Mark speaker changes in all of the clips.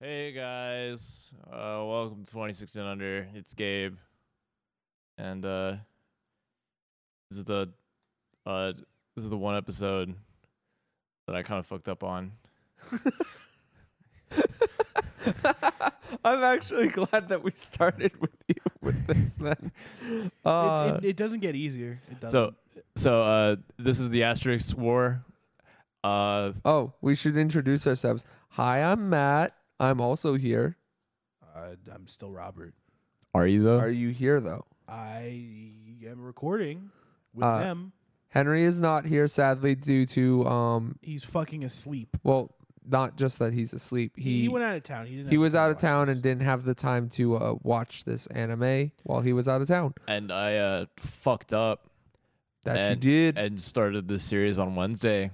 Speaker 1: Hey guys, uh, welcome to 26 and Under. It's Gabe, and uh, this is the uh, this is the one episode that I kind of fucked up on.
Speaker 2: I'm actually glad that we started with you with this then. Uh,
Speaker 3: it, it, it doesn't get easier. It doesn't.
Speaker 1: So, so uh, this is the Asterisk War. Uh,
Speaker 2: oh, we should introduce ourselves. Hi, I'm Matt. I'm also here.
Speaker 3: uh, I'm still Robert.
Speaker 1: are you though?
Speaker 2: Are you here though?
Speaker 3: I am recording with
Speaker 2: Uh,
Speaker 3: them.
Speaker 2: Henry is not here sadly due to um
Speaker 3: He's fucking asleep.
Speaker 2: well, not just that he's asleep.
Speaker 3: He,
Speaker 2: He
Speaker 3: went out of town. He didn't.
Speaker 2: he
Speaker 3: have
Speaker 2: was
Speaker 3: time to
Speaker 2: out of
Speaker 3: watch
Speaker 2: town
Speaker 3: this.
Speaker 2: and didn't have the time to uh, watch this anime while he was out of town.
Speaker 1: and I uh, fucked up
Speaker 2: That
Speaker 1: And-
Speaker 2: you did and,
Speaker 1: and started this series on Wednesday.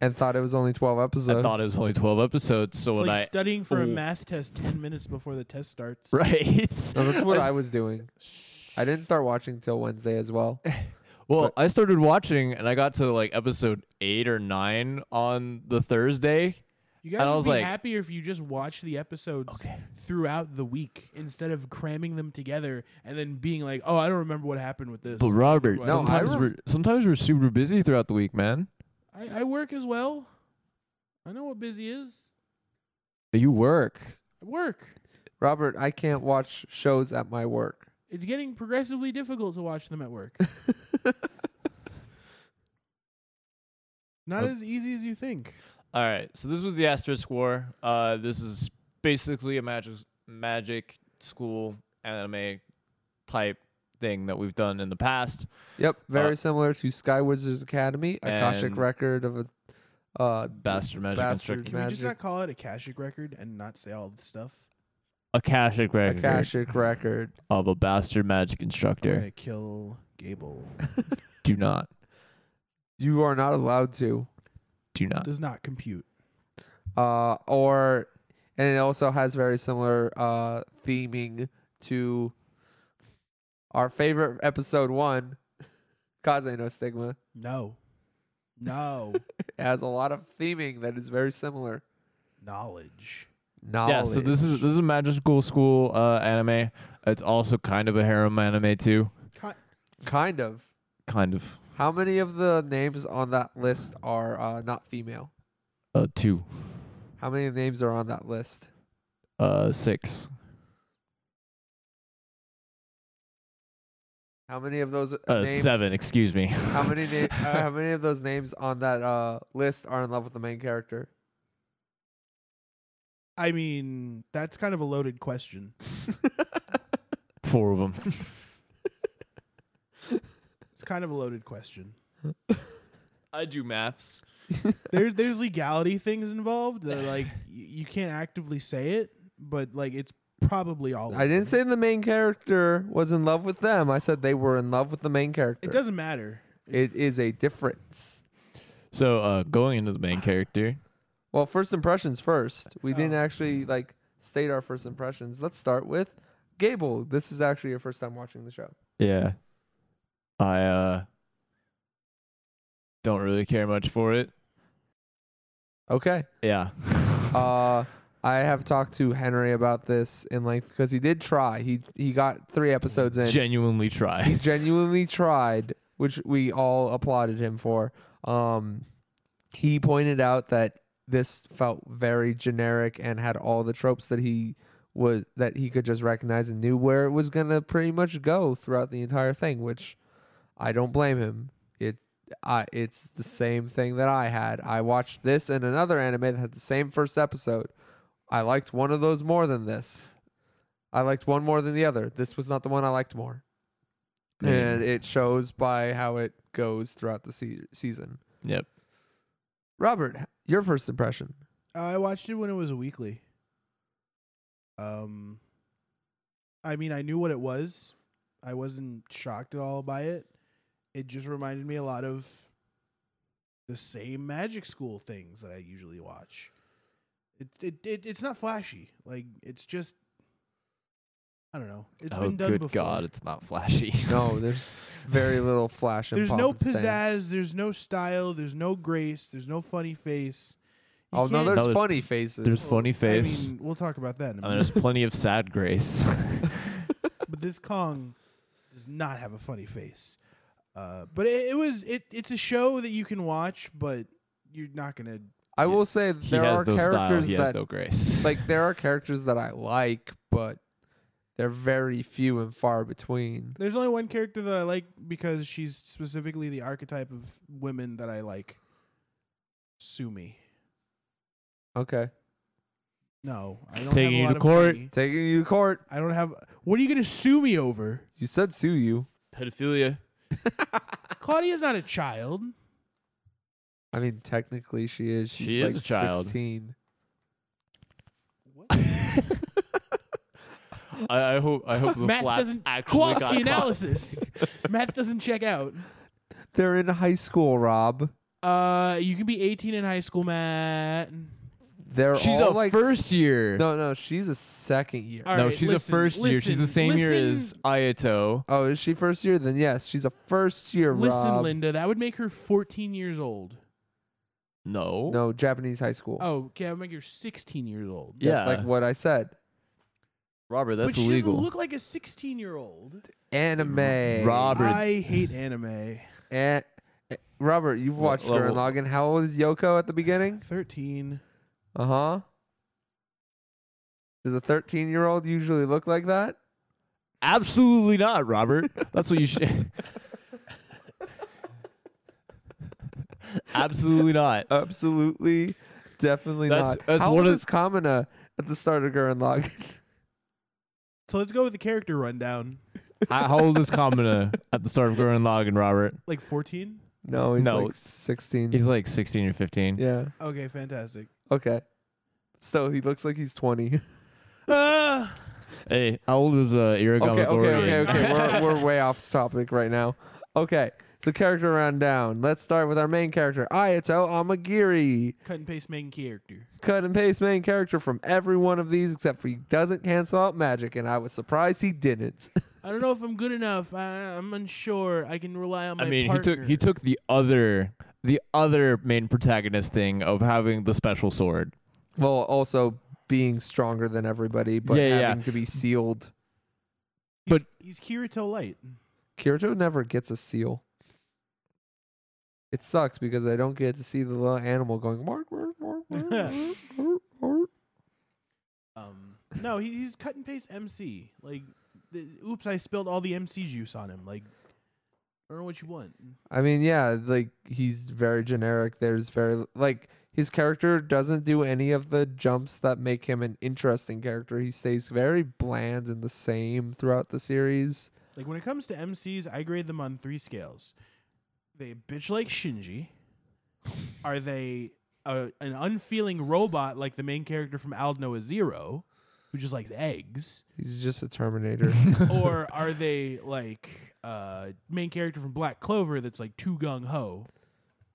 Speaker 2: thought it was only 12 episodes.
Speaker 1: I thought it was only 12 episodes, so
Speaker 3: It's
Speaker 1: when
Speaker 3: like
Speaker 1: I
Speaker 3: studying for a
Speaker 1: Ooh.
Speaker 3: math test ten minutes before the test starts.
Speaker 1: right,
Speaker 2: No, that's what I was doing. I didn't start watching till Wednesday as well.
Speaker 1: Well,
Speaker 2: But-
Speaker 1: I started watching and I got to like episode eight or nine on the Thursday.
Speaker 3: You guys
Speaker 1: And I
Speaker 3: would
Speaker 1: was
Speaker 3: be
Speaker 1: like-
Speaker 3: happier if you just watched the episodes throughout the week instead of cramming them together and then being like, "Oh, I don't remember what happened with this."
Speaker 1: But Robert,
Speaker 3: No, I
Speaker 1: sometimes
Speaker 2: rem-
Speaker 1: we're sometimes we're super busy throughout the week, man.
Speaker 3: I, I work as well. I know what busy is.
Speaker 1: You work.
Speaker 3: I work.
Speaker 2: Robert, I can't watch shows at my work.
Speaker 3: It's getting progressively difficult to watch them at work. Not
Speaker 1: Nope.
Speaker 3: as easy as you think.
Speaker 1: All right. So this was the Asterisk War. Uh, this is basically a magic magic school anime type thing that we've done in the past.
Speaker 2: Yep, very
Speaker 1: Uh,
Speaker 2: similar to Sky Wizards Academy, Akashic
Speaker 1: and
Speaker 2: Record of a uh,
Speaker 1: Bastard Magic
Speaker 2: Bastard
Speaker 1: Construct-
Speaker 3: Can we just
Speaker 2: Magic
Speaker 3: not call it a Kashik record and not say all the stuff?
Speaker 1: Akashic record
Speaker 2: Akashic Record.
Speaker 1: of a bastard magic
Speaker 3: I'm
Speaker 1: instructor.
Speaker 3: gonna kill Gable.
Speaker 1: Do not.
Speaker 2: You are not allowed to,
Speaker 1: Do not.
Speaker 3: Does not compute.
Speaker 2: uh, or and it also has very similar uh, theming to our favorite episode one, Kaze no Stigma.
Speaker 3: No. No.
Speaker 2: It has a lot of theming that is very similar.
Speaker 3: Knowledge.
Speaker 2: Knowledge.
Speaker 1: Yeah, so this is this is a magical school uh, anime. It's also kind of a harem anime too,
Speaker 3: Ki-
Speaker 2: kind of.
Speaker 1: kind of
Speaker 2: How many of the names on that list are uh, not female?
Speaker 1: uh, two,
Speaker 2: How many names are on that list?
Speaker 1: uh, six,
Speaker 2: How many of those
Speaker 1: uh,
Speaker 2: names,
Speaker 1: seven. Excuse me.
Speaker 2: How many na- uh, how many of those names on that uh, list are in love with the main character?
Speaker 3: I mean, that's kind of a loaded question.
Speaker 1: Four of them.
Speaker 3: It's kind of a loaded question.
Speaker 1: I do maths.
Speaker 3: There, there's legality things involved that like y- you can't actively say it, but like it's probably all. of
Speaker 2: I didn't
Speaker 3: them.
Speaker 2: say the main character was in love with them. I said they were in love with the main character.
Speaker 3: It doesn't matter.
Speaker 2: It is a difference.
Speaker 1: So uh, going into the main character,
Speaker 2: Well, first impressions first. We didn't
Speaker 3: Oh.
Speaker 2: actually like state our first impressions. Let's start with Gable. This is actually your first time watching the show.
Speaker 1: yeah, I uh, don't really care much for it.
Speaker 2: Okay.
Speaker 1: Yeah.
Speaker 2: Uh, I have talked to Henry about this in length because he did try. He he got three episodes in.
Speaker 1: Genuinely
Speaker 2: he
Speaker 1: try.
Speaker 2: genuinely tried, which we all applauded him for. Um, he pointed out that this felt very generic and had all the tropes that he was that he could just recognize and knew where it was gonna pretty much go throughout the entire thing. Which I don't blame him. It I it's the same thing that I had. I watched this and another anime that had the same first episode. I liked one of those more than this. I liked one more than the other. This was not the one I liked more and it shows by how it goes throughout the se- season.
Speaker 1: Yep.
Speaker 2: Robert, your first impression?
Speaker 3: Uh, I watched it when it was a weekly. Um, I mean, I knew what it was. I wasn't shocked at all by it. It just reminded me a lot of the same magic school things that I usually watch. It it, it it's not flashy. Like it's just I don't know. It's
Speaker 1: oh,
Speaker 3: been done
Speaker 1: good
Speaker 3: before.
Speaker 1: God, it's not flashy.
Speaker 2: No, there's very little flash. And
Speaker 3: There's
Speaker 2: pop
Speaker 3: no
Speaker 2: and stance.
Speaker 3: pizzazz. There's no style. There's no grace. There's no funny face. You
Speaker 2: Oh no,
Speaker 3: can't-
Speaker 2: there's
Speaker 1: No,
Speaker 2: funny faces.
Speaker 1: There's funny face.
Speaker 3: I mean, we'll talk about that in a
Speaker 1: and
Speaker 3: minute.
Speaker 1: there's plenty of sad grace.
Speaker 3: but this Kong does not have a funny face. Uh, but it, it was it. It's a show that you can watch, but you're not gonna.
Speaker 2: I will say that
Speaker 1: he
Speaker 2: there
Speaker 1: has
Speaker 2: are
Speaker 1: no style.
Speaker 2: characters
Speaker 1: He has
Speaker 2: that
Speaker 1: no grace.
Speaker 2: like there are characters that I like, but they're very few and far between.
Speaker 3: There's only one character that I like because she's specifically the archetype of women that I like. Sumi.
Speaker 2: Okay,
Speaker 3: No, I don't
Speaker 1: Taking
Speaker 3: have a
Speaker 1: you
Speaker 3: lot
Speaker 1: to
Speaker 3: of
Speaker 1: court.
Speaker 3: money.
Speaker 2: taking you to court.
Speaker 3: I don't have. What are you gonna sue me over?
Speaker 2: You said sue you.
Speaker 1: pedophilia.
Speaker 3: Claudia's not a child.
Speaker 2: I mean, technically she is. She's
Speaker 1: She
Speaker 2: like
Speaker 1: is a child.
Speaker 2: Sixteen.
Speaker 1: I, I hope. I hope the
Speaker 3: Math
Speaker 1: flats
Speaker 3: doesn't-
Speaker 1: actually got
Speaker 3: Kowalski
Speaker 1: caught.
Speaker 3: analysis. Math doesn't check out.
Speaker 2: They're in high school, Rob.
Speaker 3: Uh, you can be 18 in high school, Matt.
Speaker 2: They're
Speaker 1: She's
Speaker 2: all
Speaker 1: a
Speaker 2: like s-
Speaker 1: first year.
Speaker 2: No, no, she's a second year.
Speaker 3: All
Speaker 1: no,
Speaker 3: right,
Speaker 1: she's
Speaker 3: listen,
Speaker 1: a first year. She's the
Speaker 3: listen,
Speaker 1: same year as
Speaker 3: listen,
Speaker 1: Ayato.
Speaker 2: Oh, is she first year? Then yes, she's a first year.
Speaker 3: Listen,
Speaker 2: Rob.
Speaker 3: Linda, that would make her 14 years old.
Speaker 1: No.
Speaker 2: No, Japanese high school.
Speaker 3: Oh, okay, that would make her 16 years old.
Speaker 2: That's
Speaker 1: yeah.
Speaker 2: like what I said.
Speaker 1: Robert,
Speaker 3: but
Speaker 1: that's
Speaker 3: she
Speaker 1: illegal.
Speaker 3: doesn't look like a 16 year old.
Speaker 2: Anime.
Speaker 1: Rob- Robert.
Speaker 3: I hate anime.
Speaker 2: Eh, eh, Robert, you've
Speaker 1: Lo-
Speaker 2: watched Gurren
Speaker 1: level-
Speaker 2: Lagann. How old is Yoko at the beginning?
Speaker 3: 13.
Speaker 2: Uh huh. Does a 13 year old usually look like that?
Speaker 1: Absolutely not, Robert. That's what you should. Absolutely not.
Speaker 2: Absolutely. Definitely
Speaker 1: That's-
Speaker 2: not.
Speaker 1: that's
Speaker 2: How
Speaker 1: one
Speaker 2: old
Speaker 1: of-
Speaker 2: is Kamina at the start of Gurren Lagann?
Speaker 3: So let's go with the character rundown.
Speaker 1: How, how old is Kamina at the start of Gurren Lagann, Robert?
Speaker 3: Like 14?
Speaker 2: No, he's
Speaker 1: No.
Speaker 2: like 16.
Speaker 1: He's like 16 or 15.
Speaker 2: yeah.
Speaker 3: Okay, fantastic.
Speaker 2: Okay. So he looks like he's 20.
Speaker 3: Uh,
Speaker 1: Hey, how old is uh, Irigami
Speaker 2: okay, okay,
Speaker 1: Thorian?
Speaker 2: okay, okay. we're, we're way off topic right now. Okay, so character rundown. Let's start with our main character, Ayato Amagiri.
Speaker 3: cut and paste main character.
Speaker 2: Cut and paste main character from every one of these, except for he doesn't cancel out magic, and I was surprised he didn't.
Speaker 3: I don't know if I'm good enough. I, I'm unsure. I can rely on my
Speaker 1: I mean,
Speaker 3: partner.
Speaker 1: he took he took the other the other main protagonist thing of having the special sword.
Speaker 2: well, also being stronger than everybody, but
Speaker 1: Yeah, yeah, yeah.
Speaker 2: having to be sealed.
Speaker 3: He's-
Speaker 1: but-
Speaker 3: he's Kirito Light.
Speaker 2: Kirito never gets a seal. It sucks because I don't get to see the little animal going. "Mark, mark, mark, mark, mark, mark, mark."
Speaker 3: Um, no, he, he's cut and paste MC. Like, the, oops, I spilled all the MC juice on him. Like, I don't know what you want.
Speaker 2: I mean, yeah, like he's very generic. There's very like his character doesn't do any of the jumps that make him an interesting character. He stays very bland and the same throughout the series.
Speaker 3: Like, when it comes to MCs, I grade them on three scales. They bitch like Shinji. Are they a, an unfeeling robot like the main character from Aldno is Zero, who just likes eggs?
Speaker 2: He's just a Terminator.
Speaker 3: or are they like uh main character from Black Clover that's like too gung ho?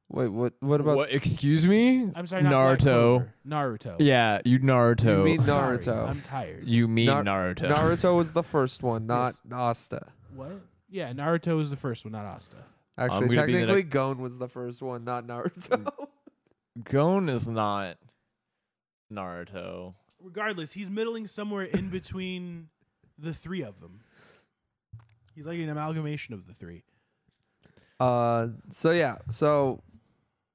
Speaker 2: Wait, what? What about?
Speaker 1: What, excuse me?
Speaker 3: I'm sorry, not Black
Speaker 1: Naruto.
Speaker 3: Clover, Naruto.
Speaker 1: Yeah, you Naruto.
Speaker 2: You mean
Speaker 3: Sorry,
Speaker 2: Naruto.
Speaker 3: I'm tired.
Speaker 1: You mean
Speaker 2: Nar-
Speaker 1: Naruto.
Speaker 2: Naruto was the first one, not Asta.
Speaker 3: What? Yeah, Naruto was the first one, not Asta.
Speaker 1: I'm
Speaker 2: Actually,
Speaker 1: gonna be the Mm.
Speaker 2: technically, Gon was the first one, not Naruto.
Speaker 1: Gon is not Naruto.
Speaker 3: Regardless, he's middling somewhere in between the three of them. He's like an amalgamation of the three.
Speaker 2: Uh, so yeah, so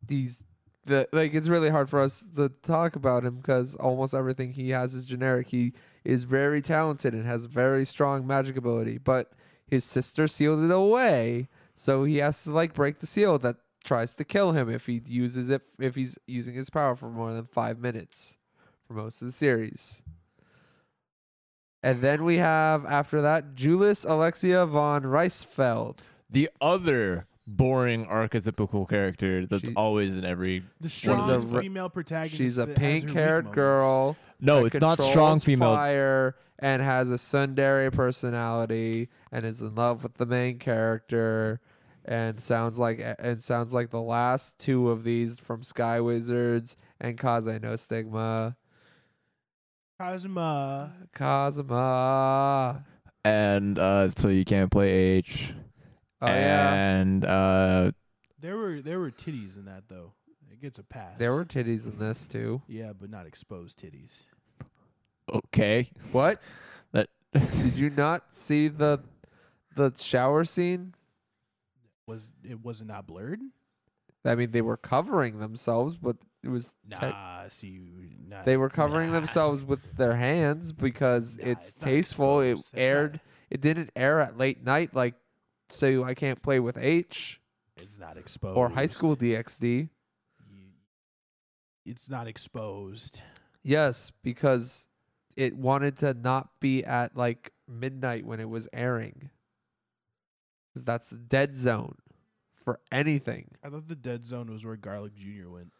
Speaker 2: these the like it's really hard for us to talk about him because almost everything he has is generic. He is very talented and has very strong magic ability, but his sister sealed it away, so he has to like break the seal that tries to kill him if he uses it if he's using his power for more than five minutes for most of the series. And then we have after that Julius Alexia von Reisfeld.
Speaker 1: The other boring archetypical character that's
Speaker 2: She-
Speaker 1: always in every
Speaker 3: The
Speaker 1: a
Speaker 3: strongest
Speaker 2: re-
Speaker 3: female protagonist.
Speaker 2: She's a
Speaker 3: that has her weak
Speaker 2: pink haired
Speaker 3: moments.
Speaker 2: girl.
Speaker 1: No,
Speaker 2: that
Speaker 1: it's not
Speaker 2: controls
Speaker 1: strong female.
Speaker 2: Fire and has a Sundari personality and is in love with the main character and sounds like and sounds like the last two of these from Sky Wizards and Cause No Stigma.
Speaker 3: Kazuma.
Speaker 2: Kazuma.
Speaker 1: and uh so you can't play H.
Speaker 2: Oh yeah.
Speaker 1: and uh
Speaker 3: There were there were titties in that though. I It gets a pass.
Speaker 2: There were titties in this too.
Speaker 3: yeah, but not exposed titties.
Speaker 1: Okay.
Speaker 2: What?
Speaker 1: That
Speaker 2: Did you not see the the shower scene?
Speaker 3: Was it was it not blurred?
Speaker 2: I mean, they were covering themselves, but it was
Speaker 3: Nah,
Speaker 2: te-
Speaker 3: see, nah,
Speaker 2: they were covering
Speaker 3: nah.
Speaker 2: themselves with their hands because
Speaker 3: Nah,
Speaker 2: it's,
Speaker 3: it's not
Speaker 2: tasteful. It
Speaker 3: exposed. That's not-
Speaker 2: aired. It didn't air at late night, like so I can't play with H
Speaker 3: It's not exposed.
Speaker 2: or High School DxD.
Speaker 3: You- It's not exposed.
Speaker 2: Yes, because it wanted to not be at like midnight when it was airing. 'Cause that's the dead zone for anything.
Speaker 3: I thought the dead zone was where Garlic Jr. went.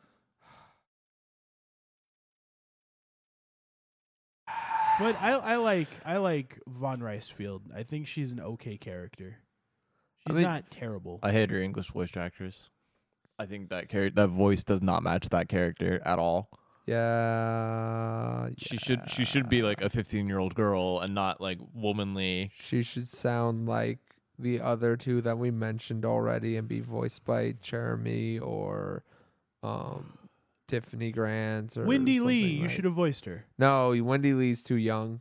Speaker 3: But I, I like I like Von Ricefield. I think she's an okay character.
Speaker 2: I
Speaker 3: She's
Speaker 2: mean-
Speaker 3: not terrible.
Speaker 1: I hate her English voice actress. I think that char- that voice does not match that character at all.
Speaker 2: Yeah.
Speaker 1: She should she should be like a 15 year old girl and not like womanly.
Speaker 2: She should sound like the other two that we mentioned already and be voiced by Jeremy or um Tiffany Grant or
Speaker 3: Wendy Lee,
Speaker 2: something
Speaker 3: you
Speaker 2: like-
Speaker 3: should have voiced her.
Speaker 2: No, Wendy Lee's too young.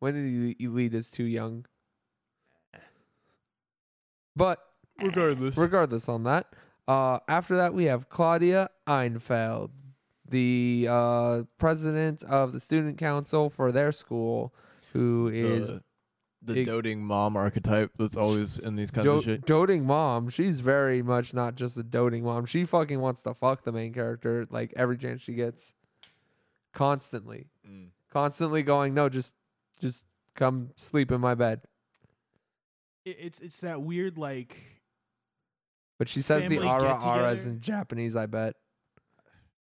Speaker 2: Wendy Lee- Lee is too young. But
Speaker 3: Regardless,
Speaker 2: regardless on that, uh after that we have Claudia Einfeld, the uh president of the student council for their school who is
Speaker 1: the, uh, the
Speaker 2: big-
Speaker 1: doting mom archetype that's always in these kinds
Speaker 2: Do-
Speaker 1: of shit.
Speaker 2: doting mom. She's very much not just a doting mom. She fucking wants to fuck the main character like every chance she gets, constantly,
Speaker 1: Mm.
Speaker 2: constantly going. No, just, just come sleep in my bed.
Speaker 3: It- it's it's that weird like
Speaker 2: But she says the
Speaker 3: Family
Speaker 2: ara
Speaker 3: get-together?
Speaker 2: aras in Japanese. I bet.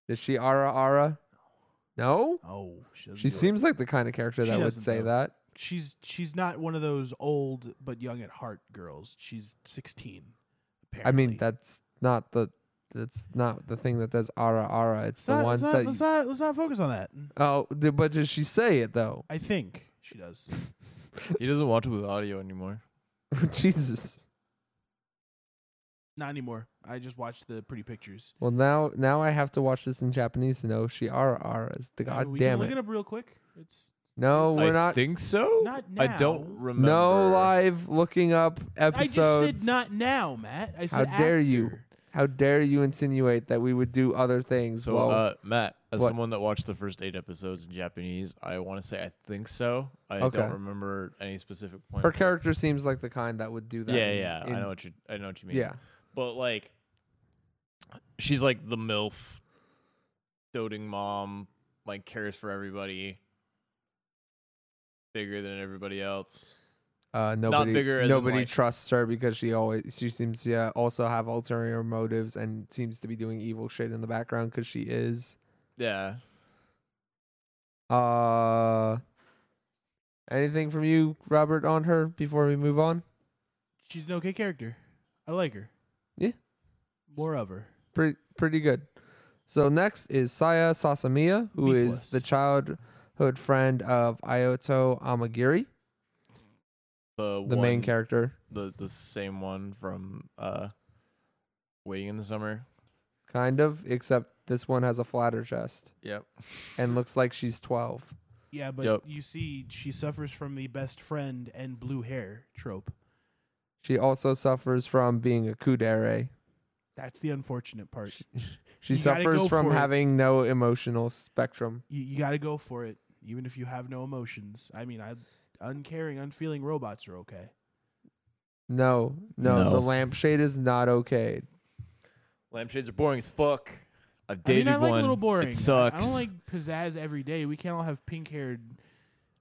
Speaker 2: Is she ara ara? No.
Speaker 3: oh she, doesn't
Speaker 2: She
Speaker 3: do it.
Speaker 2: seems like the kind of character
Speaker 3: She
Speaker 2: that would
Speaker 3: doesn't,
Speaker 2: say
Speaker 3: though.
Speaker 2: that.
Speaker 3: she's she's not one of those old but young at heart girls. She's sixteen. Apparently.
Speaker 2: I mean, that's not the. That's not the thing that does ara ara. It's
Speaker 3: Let's
Speaker 2: the
Speaker 3: not-
Speaker 2: ones
Speaker 3: let's
Speaker 2: that.
Speaker 3: not, let's
Speaker 2: you-
Speaker 3: not let's not focus on that.
Speaker 2: oh, d- but does she say it though?
Speaker 3: I think she does.
Speaker 1: He doesn't watch it with audio anymore.
Speaker 2: Jesus.
Speaker 3: Not anymore. I just watched the pretty pictures.
Speaker 2: Well, now now I have to watch this in Japanese to know if she are are is the
Speaker 3: Uh,
Speaker 2: god
Speaker 3: we can
Speaker 2: damn
Speaker 3: look
Speaker 2: it.
Speaker 3: it up real quick. It's
Speaker 2: No, we're
Speaker 1: I
Speaker 2: not.
Speaker 1: think so.
Speaker 3: not now.
Speaker 1: I don't remember.
Speaker 2: No live looking up
Speaker 3: I just
Speaker 2: episodes.
Speaker 3: said not now, Matt. I said
Speaker 2: How dare you.
Speaker 3: after.
Speaker 2: How dare you insinuate that we would do other things?
Speaker 1: So,
Speaker 2: while-
Speaker 1: uh, Matt, as
Speaker 2: what?
Speaker 1: someone that watched the first eight episodes in Japanese, I want to say I think so. I
Speaker 2: Okay.
Speaker 1: don't remember any specific point.
Speaker 2: her character seems like the kind that would do that.
Speaker 1: Yeah,
Speaker 2: in-
Speaker 1: yeah,
Speaker 2: in-
Speaker 1: I know what you. I know what you mean.
Speaker 2: Yeah,
Speaker 1: but like, she's like the milf, doting mom, like cares for everybody, bigger than everybody else.
Speaker 2: uh, nobody
Speaker 1: bigger as in,
Speaker 2: nobody
Speaker 1: like-
Speaker 2: trusts her because she always she seems to yeah, also have ulterior motives and seems to be doing evil shit in the background because she is.
Speaker 1: Yeah,
Speaker 2: Uh, anything from you, Robert, on her before we move on?
Speaker 3: She's an okay character. I like her.
Speaker 2: Yeah.
Speaker 3: More of her.
Speaker 2: Pretty, pretty good. So next is Saya Sasamiya, who
Speaker 3: B
Speaker 2: is
Speaker 3: plus.
Speaker 2: the childhood friend of Ioto Amagiri,
Speaker 1: the
Speaker 2: the main
Speaker 1: one-
Speaker 2: character,
Speaker 1: the the same one from uh, waiting in the summer.
Speaker 2: kind of, except this one has a flatter chest
Speaker 1: Yep.
Speaker 2: and looks like she's 12.
Speaker 3: Yeah, but
Speaker 1: Yep.
Speaker 3: you see, she suffers from the best friend and blue hair trope.
Speaker 2: She also suffers from being a kudere.
Speaker 3: That's the unfortunate part.
Speaker 2: She, she
Speaker 3: You gotta
Speaker 2: suffers
Speaker 3: go
Speaker 2: from
Speaker 3: for it.
Speaker 2: having no emotional spectrum.
Speaker 3: You, you got to go for it, even if you have no emotions. I mean, I uncaring, unfeeling robots are okay.
Speaker 2: No, no,
Speaker 1: No.
Speaker 2: the lampshade is not okay.
Speaker 1: Lampshades are boring as fuck. I've
Speaker 3: I mean,
Speaker 1: dated
Speaker 3: I like
Speaker 1: one.
Speaker 3: a little boring.
Speaker 1: It
Speaker 3: I-
Speaker 1: sucks.
Speaker 3: I don't like pizzazz every day. We can't all have pink haired.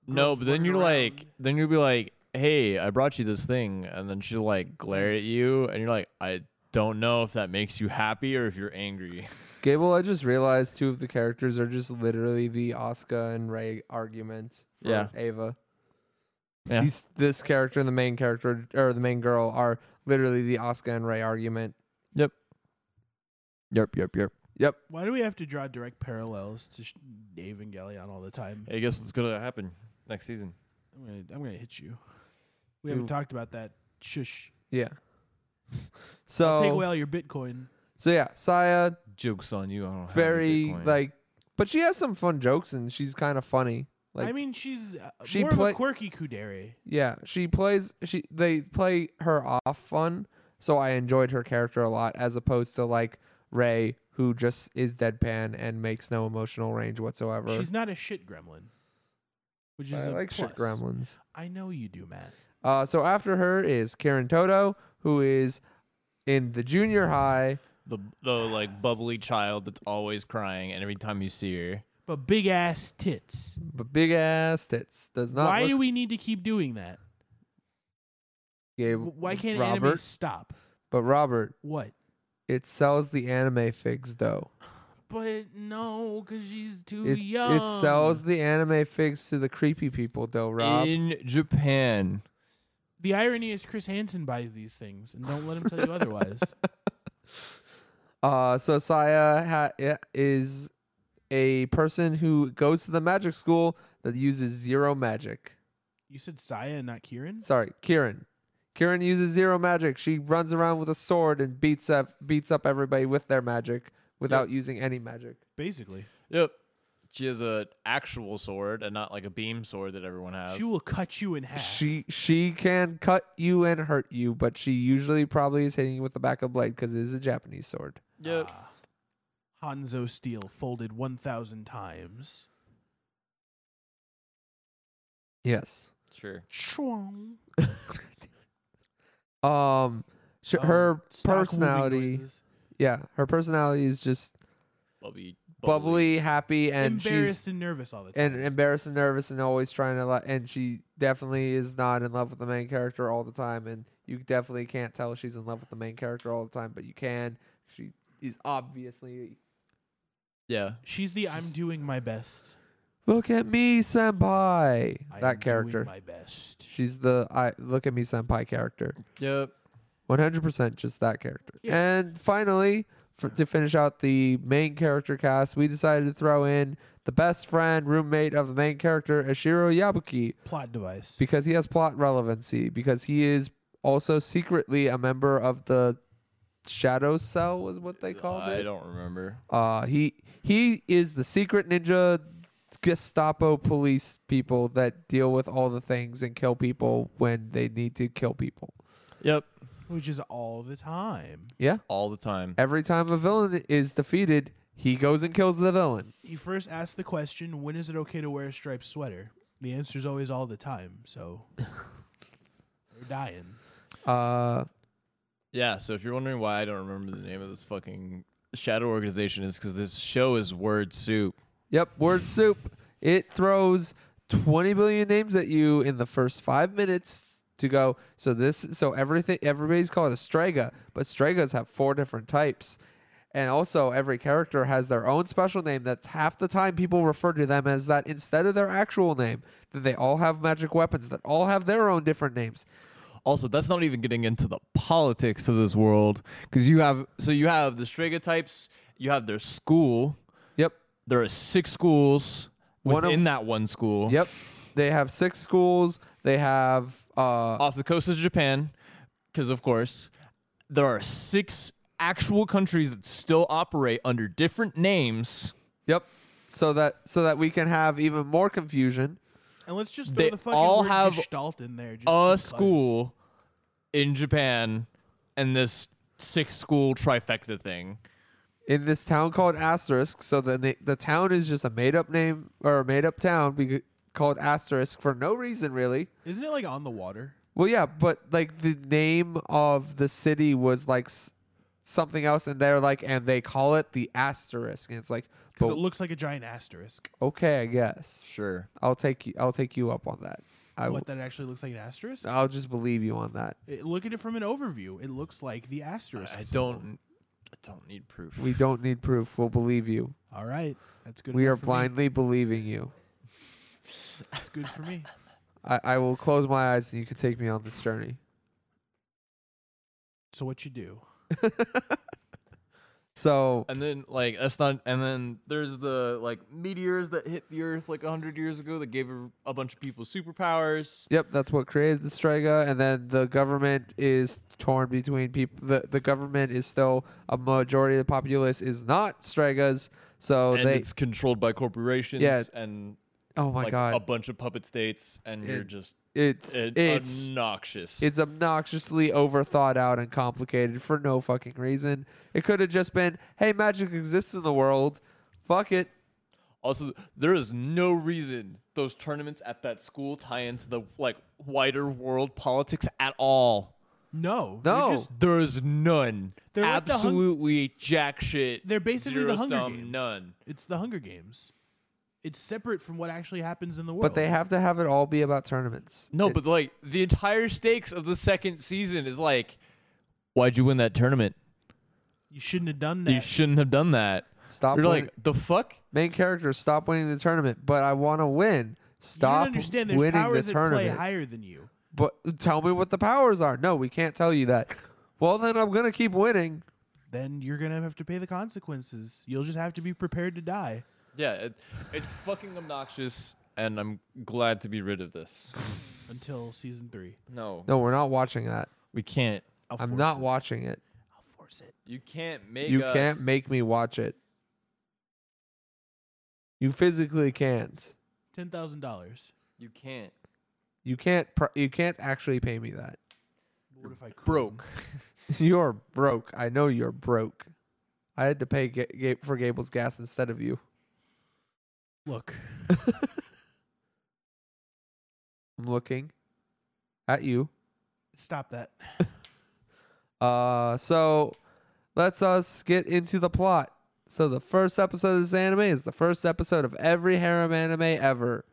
Speaker 1: no, but then you're like, then you'll be like, "Hey, I brought you this thing," and then she'll like glare at
Speaker 3: Yes.
Speaker 1: you, and you're like, "I don't know if that makes you happy or if you're angry."
Speaker 2: Gable, I just realized two of the characters are just literally the Asuka and Ray argument for
Speaker 1: Yeah.
Speaker 2: Ava.
Speaker 1: Yeah.
Speaker 2: These, this character and the main character or the main girl are literally the Asuka and Ray argument.
Speaker 1: Yerp, yerp, yerp.
Speaker 2: Yep.
Speaker 3: Why do we have to draw direct parallels to sh- Dave and Galleon all the time?
Speaker 1: Hey, guess what's gonna happen next season?
Speaker 3: I'm gonna, I'm gonna hit you. We
Speaker 2: You-
Speaker 3: haven't talked about that. Shush.
Speaker 2: Yeah. So
Speaker 1: Oh.
Speaker 3: I'll take away all your Bitcoin.
Speaker 2: so yeah, Saya
Speaker 1: Jokes on you. I don't have any
Speaker 2: very
Speaker 1: Bitcoin.
Speaker 2: like, but she has some fun jokes and she's kind of funny. Like,
Speaker 3: I mean, she's uh,
Speaker 2: she
Speaker 3: more
Speaker 2: play-
Speaker 3: of a quirky Kudere.
Speaker 2: yeah, she plays. She they play her off fun, so I enjoyed her character a lot as opposed to like Ray, who just is deadpan and makes no emotional range whatsoever.
Speaker 3: She's not a shit gremlin, which is
Speaker 2: I
Speaker 3: a
Speaker 2: like shit
Speaker 3: plus.
Speaker 2: gremlins.
Speaker 3: I know you do, Matt.
Speaker 2: Uh, so after her is Karen Toto, who is in the junior high.
Speaker 1: the the like bubbly child that's always crying, and every time you see her,
Speaker 3: But big ass tits.
Speaker 2: But big ass tits does not.
Speaker 3: Why
Speaker 2: look
Speaker 3: do we need to keep doing that?
Speaker 2: gay,
Speaker 3: W- Why can't
Speaker 2: Robert?
Speaker 3: anime stop?
Speaker 2: But Robert,
Speaker 3: What?
Speaker 2: it sells the anime figs though.
Speaker 3: But no, because she's too
Speaker 2: It,
Speaker 3: young.
Speaker 2: it sells the anime figs to the creepy people though, Rob.
Speaker 1: in Japan,
Speaker 3: The irony is Chris Hansen buys these things, and don't let him tell you otherwise.
Speaker 2: Uh, so Saya ha- i- is a person who goes to the magic school that uses zero magic.
Speaker 3: You said Saya and not Kieran?
Speaker 2: Sorry, Kieran. Kieran uses zero magic. She runs around with a sword and beats up beats up everybody with their magic without using any magic.
Speaker 3: Basically.
Speaker 1: yep, she has a actual sword and not like a beam sword that everyone has.
Speaker 3: She will cut you in half.
Speaker 2: She she can cut you and hurt you, but she usually probably is hitting you with the back of blade because it is a Japanese sword.
Speaker 1: yep,
Speaker 3: Ah. Hanzo Steel folded 1,000 times.
Speaker 2: Yes.
Speaker 1: sure.
Speaker 3: Chwang.
Speaker 2: Um, sh-
Speaker 3: Oh,
Speaker 2: her
Speaker 3: stock moving
Speaker 2: personality,
Speaker 3: noises.
Speaker 2: yeah, her personality is just
Speaker 1: Bubbly,
Speaker 2: bubbly, happy, and
Speaker 3: Embarrassed
Speaker 2: she's
Speaker 3: and nervous all the time.
Speaker 2: and embarrassed and nervous and always trying to. Li- and she definitely is not in love with the main character all the time, and you definitely can't tell she's in love with the main character all the time, but you can. She is obviously
Speaker 1: Yeah,
Speaker 3: She's the I'm doing my best.
Speaker 2: look at me, senpai.
Speaker 3: I am
Speaker 2: that
Speaker 3: doing
Speaker 2: character.
Speaker 3: my best.
Speaker 2: She's the I look at me senpai character.
Speaker 1: yep.
Speaker 2: 100% just that character.
Speaker 3: Yeah.
Speaker 2: And finally, for, to finish out the main character cast, we decided to throw in the best friend, roommate of the main character, Ashiro Yabuki,
Speaker 3: Plot device.
Speaker 2: because he has plot relevancy, because he is also secretly a member of the Shadow Cell, was what they called
Speaker 1: I
Speaker 2: it.
Speaker 1: don't remember.
Speaker 2: Uh, he he is the secret ninja Gestapo police people that deal with all the things and kill people when they need to kill people.
Speaker 1: Yep,
Speaker 3: which is all the time.
Speaker 2: Yeah.
Speaker 1: all the time.
Speaker 2: Every time a villain is defeated, he goes and kills the villain.
Speaker 3: He first asked the question, when is it okay to wear a striped sweater? The answer is always all the time, so they're dying.
Speaker 2: Uh,
Speaker 1: Yeah, so if you're wondering why I don't remember the name of this fucking shadow organization, is because this show is word soup.
Speaker 2: yep, word soup. It throws 20 billion names at you in the first five minutes to go. So this, so everything, everybody's called a Strega, but Stregas have four different types. And also, every character has their own special name. That's half the time people refer to them as that instead of their actual name. That they all have magic weapons that all have their own different names.
Speaker 1: Also, that's not even getting into the politics of this world because you have so you have the Strega types, you have their school.
Speaker 2: Yep,
Speaker 1: There are six schools
Speaker 2: One
Speaker 1: within
Speaker 2: of-
Speaker 1: that one school.
Speaker 2: yep. They have six schools. They have uh,
Speaker 1: off the coast of Japan, because of course there are six actual countries that still operate under different names.
Speaker 2: Yep. So that so that we can have even more confusion.
Speaker 3: And let's just throw
Speaker 1: They
Speaker 3: the fucking
Speaker 1: all
Speaker 3: word
Speaker 1: have
Speaker 3: gestalt in there. Just,
Speaker 1: A
Speaker 3: just 'cause.
Speaker 1: school in Japan, and this six school trifecta thing.
Speaker 2: in this town called Asterisk. So the na- the town is just a made up name or a made up town be- called Asterisk for no reason really.
Speaker 3: Isn't it like on the water?
Speaker 2: Well, yeah, but like the name of the city was like s- something else, and they're like, and they call it the Asterisk, and it's like,
Speaker 3: Because
Speaker 2: but
Speaker 3: it looks like a giant asterisk.
Speaker 2: okay, I guess
Speaker 1: Sure.
Speaker 2: I'll take you. I'll take you up on that. I will.
Speaker 3: What that actually looks like an asterisk?
Speaker 2: I'll just believe you on that.
Speaker 3: It- look at it from an overview. It looks like the asterisk.
Speaker 1: I don't. I don't need proof.
Speaker 2: We don't need proof. We'll believe you.
Speaker 3: All right, that's good.
Speaker 2: We
Speaker 3: enough
Speaker 2: are
Speaker 3: for me.
Speaker 2: blindly believing you.
Speaker 3: That's good for me.
Speaker 2: I, I will close my eyes and you can take me on this journey.
Speaker 3: So what you do?
Speaker 2: So
Speaker 1: And then like that's not. And then there's the like meteors that hit the Earth like hundred years ago that gave a, a bunch of people superpowers.
Speaker 2: Yep, that's what created the Strega, and then the government is torn between people. The, the government is still a majority of the populace is not Stregas, so
Speaker 1: and
Speaker 2: Oh, they.
Speaker 1: it's controlled by corporations.
Speaker 2: Yeah.
Speaker 1: and
Speaker 2: oh my
Speaker 1: like
Speaker 2: god,
Speaker 1: a bunch of puppet states, and you're
Speaker 2: It-
Speaker 1: just
Speaker 2: it's
Speaker 1: it-
Speaker 2: it's
Speaker 1: obnoxious.
Speaker 2: it's obnoxiously overthought out and complicated for no fucking reason. It could have just been, hey, magic exists in the world, fuck it.
Speaker 1: Also, there is no reason those tournaments at that school tie into the like wider world politics at all.
Speaker 3: No,
Speaker 2: No.
Speaker 3: They're, just,
Speaker 1: There is none.
Speaker 3: They're like the hun-
Speaker 1: Absolutely jack shit.
Speaker 3: they're basically the Hunger
Speaker 1: zero-sum
Speaker 3: Games.
Speaker 1: None.
Speaker 3: It's the Hunger Games. It's separate from what actually happens in the world.
Speaker 2: But they have to have it all be about tournaments.
Speaker 1: No,
Speaker 2: It-
Speaker 1: but like the entire stakes of the second season is like, why'd you win that tournament?
Speaker 3: you shouldn't have done that.
Speaker 1: You shouldn't have done that.
Speaker 2: stop.
Speaker 1: You're
Speaker 2: winning-
Speaker 1: like the fuck.
Speaker 2: main characters stop winning the tournament, but I want to win.
Speaker 3: You don't
Speaker 2: Stop
Speaker 3: understand. There's
Speaker 2: winning the
Speaker 3: powers that play
Speaker 2: tournament.
Speaker 3: higher than you.
Speaker 2: but tell me what the powers are. No, we can't tell you that. Well, then I'm going to keep winning.
Speaker 3: Then you're gonna have to pay the consequences. You'll just have to be prepared to die.
Speaker 1: Yeah, it, it's fucking obnoxious, and I'm glad to be rid of this.
Speaker 3: until season three.
Speaker 1: No,
Speaker 2: No, we're not watching that.
Speaker 1: we can't.
Speaker 3: I'll
Speaker 2: I'm
Speaker 3: force
Speaker 2: not
Speaker 3: It.
Speaker 2: watching it.
Speaker 3: I'll force it.
Speaker 1: You can't make.
Speaker 2: you
Speaker 1: us-
Speaker 2: can't make me watch it. You physically can't.
Speaker 3: Ten thousand dollars.
Speaker 1: You can't.
Speaker 2: You can't pr- you can't actually pay me that.
Speaker 3: What if I couldn't?
Speaker 1: Broke.
Speaker 2: You're broke. I know you're broke. I had to pay Ga- Ga- for Gable's gas instead of you.
Speaker 3: Look,
Speaker 2: I'm looking at you.
Speaker 3: stop that.
Speaker 2: Uh, so let's us get into the plot. So the first episode of this anime is the first episode of every harem anime ever.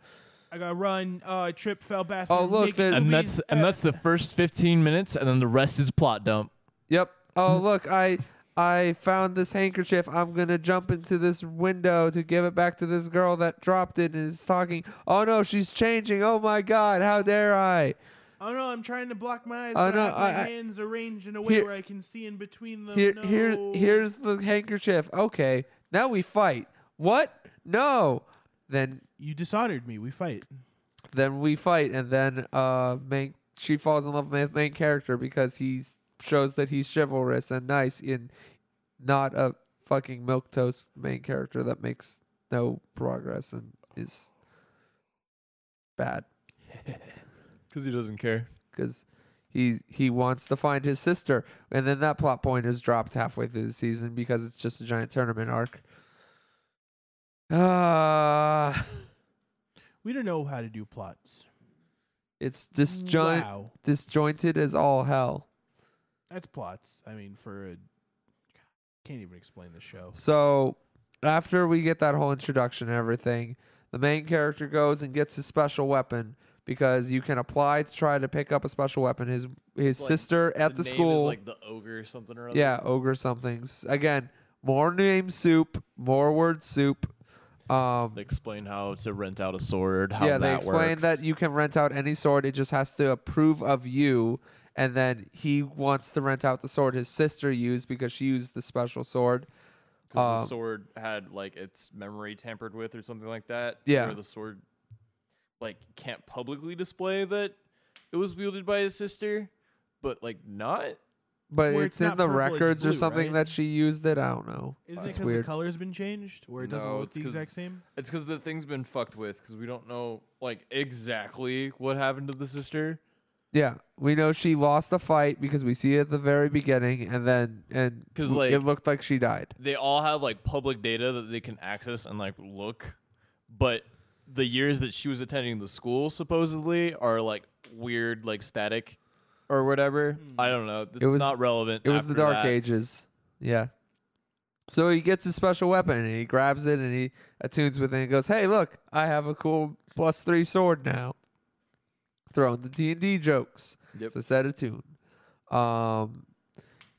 Speaker 3: I got run. Uh, I trip, fell, bathroom.
Speaker 2: Oh, look,
Speaker 3: naked
Speaker 2: the-
Speaker 1: and
Speaker 3: boobies,
Speaker 1: that's and
Speaker 3: uh,
Speaker 1: that's the first 15 minutes and then the rest is plot dump
Speaker 2: Yep. Oh look, I I found this handkerchief. I'm gonna jump into this window to give it back to this girl that dropped it and is talking. Oh no, she's changing. Oh my god, how dare I?
Speaker 3: Oh no, I'm trying to block my eyes.
Speaker 2: Oh,
Speaker 3: but
Speaker 2: no,
Speaker 3: I have my
Speaker 2: I- I-
Speaker 3: hands arranged in a way
Speaker 2: Here-
Speaker 3: where I can see in between them.
Speaker 2: Here
Speaker 3: Oh, no.
Speaker 2: here here's the handkerchief. Okay, now we fight. What? No. Then
Speaker 3: You dishonored me. We fight.
Speaker 2: then we fight and then uh main she falls in love with the main character because he shows that he's chivalrous and nice in not a fucking milk toast main character that makes no progress and is bad
Speaker 1: because he doesn't care
Speaker 2: because he he wants to find his sister and then that plot point is dropped halfway through the season because it's just a giant tournament arc ah
Speaker 3: We don't know how to do plots.
Speaker 2: it's disjoint
Speaker 3: Wow,
Speaker 2: disjointed as all hell
Speaker 3: that's plots. I mean, for a can't even explain the show.
Speaker 2: So after we get that whole introduction and everything, the main character goes and gets his special weapon because you can apply to try to pick up a special weapon. His his
Speaker 1: Like,
Speaker 2: sister at the, school,
Speaker 1: like the ogre or something or other.
Speaker 2: yeah, ogre something's again. More name soup, more word soup. Um,
Speaker 1: they explain how to rent out a sword how
Speaker 2: yeah,
Speaker 1: that
Speaker 2: they explain
Speaker 1: works.
Speaker 2: that you can rent out any sword. It just has to approve of you. And then he wants to rent out the sword his sister used because she used the special sword.
Speaker 1: 'Cause
Speaker 2: um,
Speaker 1: the sword had like its memory tampered with or something like that
Speaker 2: Yeah.
Speaker 1: where the sword like can't publicly display that it was wielded by his sister but like not
Speaker 2: but
Speaker 3: Where
Speaker 2: it's,
Speaker 3: it's
Speaker 2: in
Speaker 3: not
Speaker 2: the
Speaker 3: purple, it's
Speaker 2: records or
Speaker 3: blue,
Speaker 2: something
Speaker 3: right?
Speaker 2: that she used it. I don't know.
Speaker 3: Isn't it
Speaker 2: That's
Speaker 3: because the
Speaker 2: weird.
Speaker 3: color's been changed, where it doesn't
Speaker 1: No,
Speaker 3: look
Speaker 1: it's
Speaker 3: the
Speaker 1: 'cause-
Speaker 3: exact same?
Speaker 1: It's because the thing's been fucked with because we don't know like exactly what happened to the sister.
Speaker 2: yeah, we know she lost the fight because we see it at the very beginning, and then and
Speaker 1: 'Cause,
Speaker 2: w-
Speaker 1: like-
Speaker 2: it looked like she died.
Speaker 1: They all have like public data that they can access and like look, but the years that she was attending the school supposedly are like weird, like static or whatever.
Speaker 4: Hmm.
Speaker 1: I don't know. It's
Speaker 2: was-
Speaker 1: not relevant.
Speaker 2: It was the
Speaker 1: after
Speaker 2: Dark
Speaker 1: that.
Speaker 2: Ages. Yeah. So he gets his special weapon and he grabs it and he attunes with it and he goes, "Hey, look, I have a cool plus three sword now." Throwing the D and D jokes.
Speaker 1: Yep.
Speaker 2: So set a tune. Um,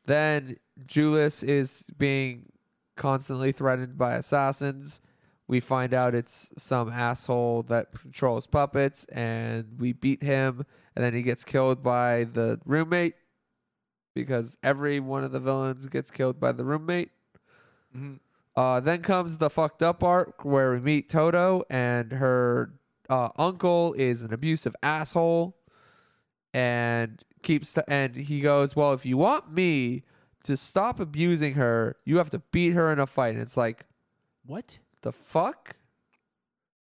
Speaker 2: then Julius is being constantly threatened by assassins. We find out it's some asshole that controls puppets, and we beat him. And then he gets killed by the roommate because every one of the villains gets killed by the roommate.
Speaker 4: Mm-hmm.
Speaker 2: Uh, then comes the fucked up arc where we meet Toto and her uh, uncle is an abusive asshole and keeps t- and he goes, "Well, if you want me to stop abusing her, you have to beat her in a fight." And it's like,
Speaker 3: What?
Speaker 2: "The fuck?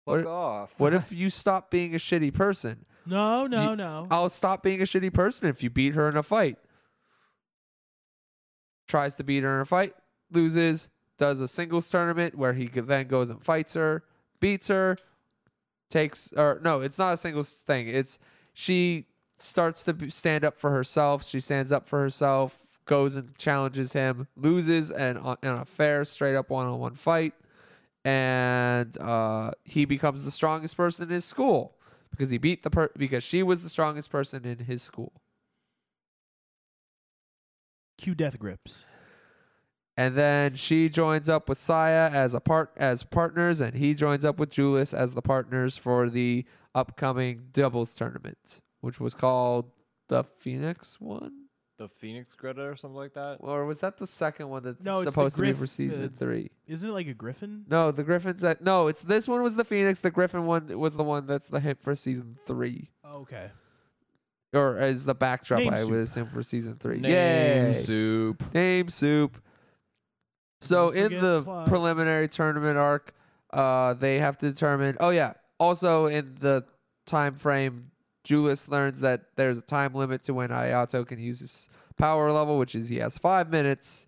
Speaker 2: What-
Speaker 4: Fuck off.
Speaker 2: What if you stop being a shitty person?
Speaker 3: No, no,
Speaker 2: You-
Speaker 3: no.
Speaker 2: I'll stop being a shitty person if you beat her in a fight." Tries to beat her in a fight, loses, does a singles tournament where he could- then goes and fights her, beats her, takes or no, it's not a singles thing. It's she starts to b- stand up for herself. She stands up for herself, goes and challenges him, loses, and on in a fair, straight up one on one fight, and uh, he becomes the strongest person in his school because he beat the per- because she was the strongest person in his school.
Speaker 3: Cue death grips.
Speaker 2: And then she joins up with Saya as a part as partners, and he joins up with Julius as the partners for the upcoming doubles tournament, which was called the Phoenix one,
Speaker 4: the Phoenix Greta or something like that?
Speaker 2: or was that the second one that's
Speaker 3: No, it's the
Speaker 2: supposed to be
Speaker 3: Griff-
Speaker 2: for season
Speaker 3: uh,
Speaker 2: three?
Speaker 3: Isn't it like a griffin?
Speaker 2: No, the Griffin's that no, it's this one was the Phoenix, the Griffin one was the one that's the hit for season three,
Speaker 3: Oh, Okay.
Speaker 2: or as the backdrop,
Speaker 3: Name
Speaker 2: I
Speaker 3: soup.
Speaker 2: would assume for season three.
Speaker 1: Name
Speaker 2: Yay.
Speaker 1: soup.
Speaker 2: Name soup. So
Speaker 3: Don't
Speaker 2: in
Speaker 3: forget
Speaker 2: the
Speaker 3: plot.
Speaker 2: preliminary tournament arc, uh, they have to determine. Oh yeah. Also in the time frame, Julius learns that there's a time limit to when Ayato can use his power level, which is he has five minutes,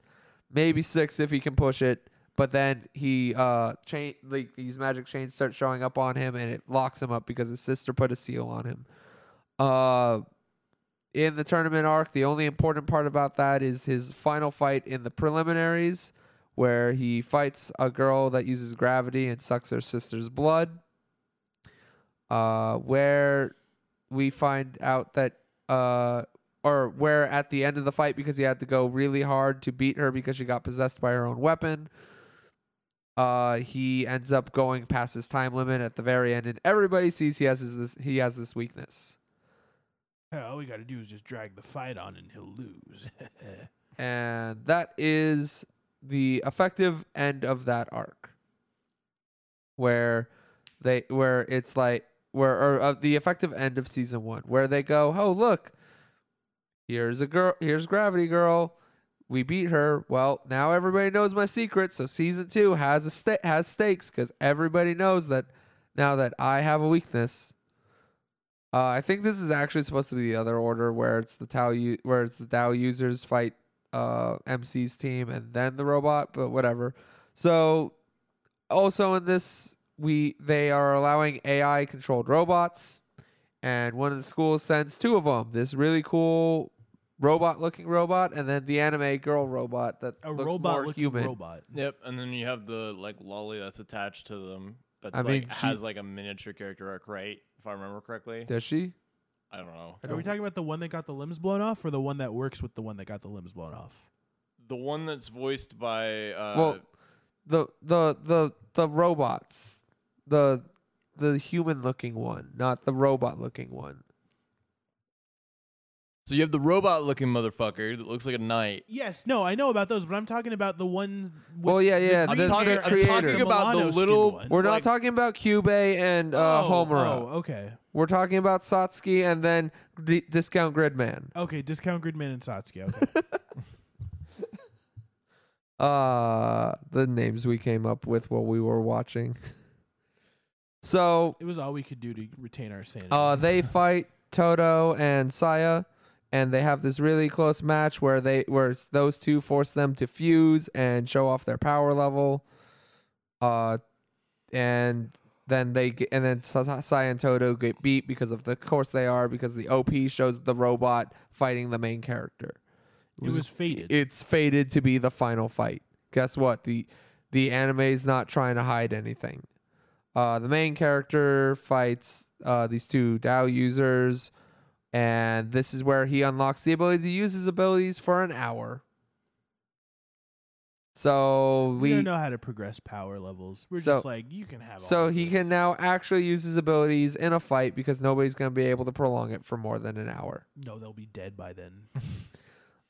Speaker 2: maybe six if he can push it. But then he uh chain like these magic chains start showing up on him, and it locks him up because his sister put a seal on him. Uh, in the tournament arc. The only important part about that is his final fight in the preliminaries, where he fights a girl that uses gravity and sucks her sister's blood. Uh, where we find out that, uh, or where at the end of the fight, because he had to go really hard to beat her because she got possessed by her own weapon. Uh, he ends up going past his time limit at the very end, and everybody sees he has his, this he has this weakness.
Speaker 3: Yeah, all we got to do is just drag the fight on and he'll lose.
Speaker 2: and that is the effective end of that arc where they where it's like where or uh, the effective end of season 1 where they go oh look here's a girl here's gravity girl we beat her well now everybody knows my secret so season 2 has a sta- has stakes cuz everybody knows that now that I have a weakness uh, I think this is actually supposed to be the other order where it's the Tao u- where it's the Tao users fight uh MC's team and then the robot, but whatever. So also in this we they are allowing AI controlled robots and one of the schools sends two of them. This really cool robot looking robot and then the anime girl robot that
Speaker 3: A
Speaker 2: looks
Speaker 3: robot
Speaker 2: more
Speaker 3: looking
Speaker 2: human.
Speaker 3: robot.
Speaker 1: Yep, and then you have the like lolly that's attached to them that
Speaker 2: I
Speaker 1: like
Speaker 2: mean, she-
Speaker 1: has like a miniature character arc, right? If I remember correctly,
Speaker 2: Does she?
Speaker 1: I don't know.
Speaker 2: I
Speaker 3: Are we
Speaker 2: don't-
Speaker 3: talking about the one that got the limbs blown off or the one that works with the one that got the limbs blown off?
Speaker 1: The one that's voiced by uh,
Speaker 2: well, the the the the robots, the the human looking one, not the robot looking one.
Speaker 1: so you have the robot looking motherfucker that looks like a knight.
Speaker 3: Yes, no, I know about those, but I'm talking about the one. with
Speaker 2: Well, yeah,
Speaker 3: the
Speaker 2: yeah,
Speaker 3: green
Speaker 1: I'm,
Speaker 2: the-
Speaker 1: talking,
Speaker 2: the
Speaker 3: hair
Speaker 1: I'm
Speaker 3: and
Speaker 2: creator.
Speaker 1: talking about the
Speaker 3: Milano-skinned
Speaker 1: little.
Speaker 3: one.
Speaker 2: We're not
Speaker 1: like,
Speaker 2: talking about Kyubey and uh,
Speaker 3: oh,
Speaker 2: Homura.
Speaker 3: Oh, okay,
Speaker 2: We're talking about Satsuki and then D- Discount Gridman.
Speaker 3: okay. Discount Gridman and Satsuki. Okay,
Speaker 2: Uh the names we came up with while we were watching. so
Speaker 3: it was all we could do to retain our sanity.
Speaker 2: Uh, they fight Toto and Saya, and they have this really close match where they where s- those two force them to fuse and show off their power level. Uh, and then they get, and then Sa- Sa- Saya and Toto get beat because of the course they are because the OP shows the robot fighting the main character.
Speaker 3: it was fated.
Speaker 2: It's fated to be the final fight. Guess what? The the anime's not trying to hide anything. Uh, the main character fights uh, these two Dao users, and this is where he unlocks the ability to use his abilities for an hour. So we
Speaker 3: we, don't know how to progress power levels. We're
Speaker 2: So-
Speaker 3: just like you can have. all
Speaker 2: so
Speaker 3: of
Speaker 2: he
Speaker 3: this.
Speaker 2: can now actually use his abilities in a fight because nobody's going to be able to prolong it for more than an hour.
Speaker 3: No, they'll be dead by then,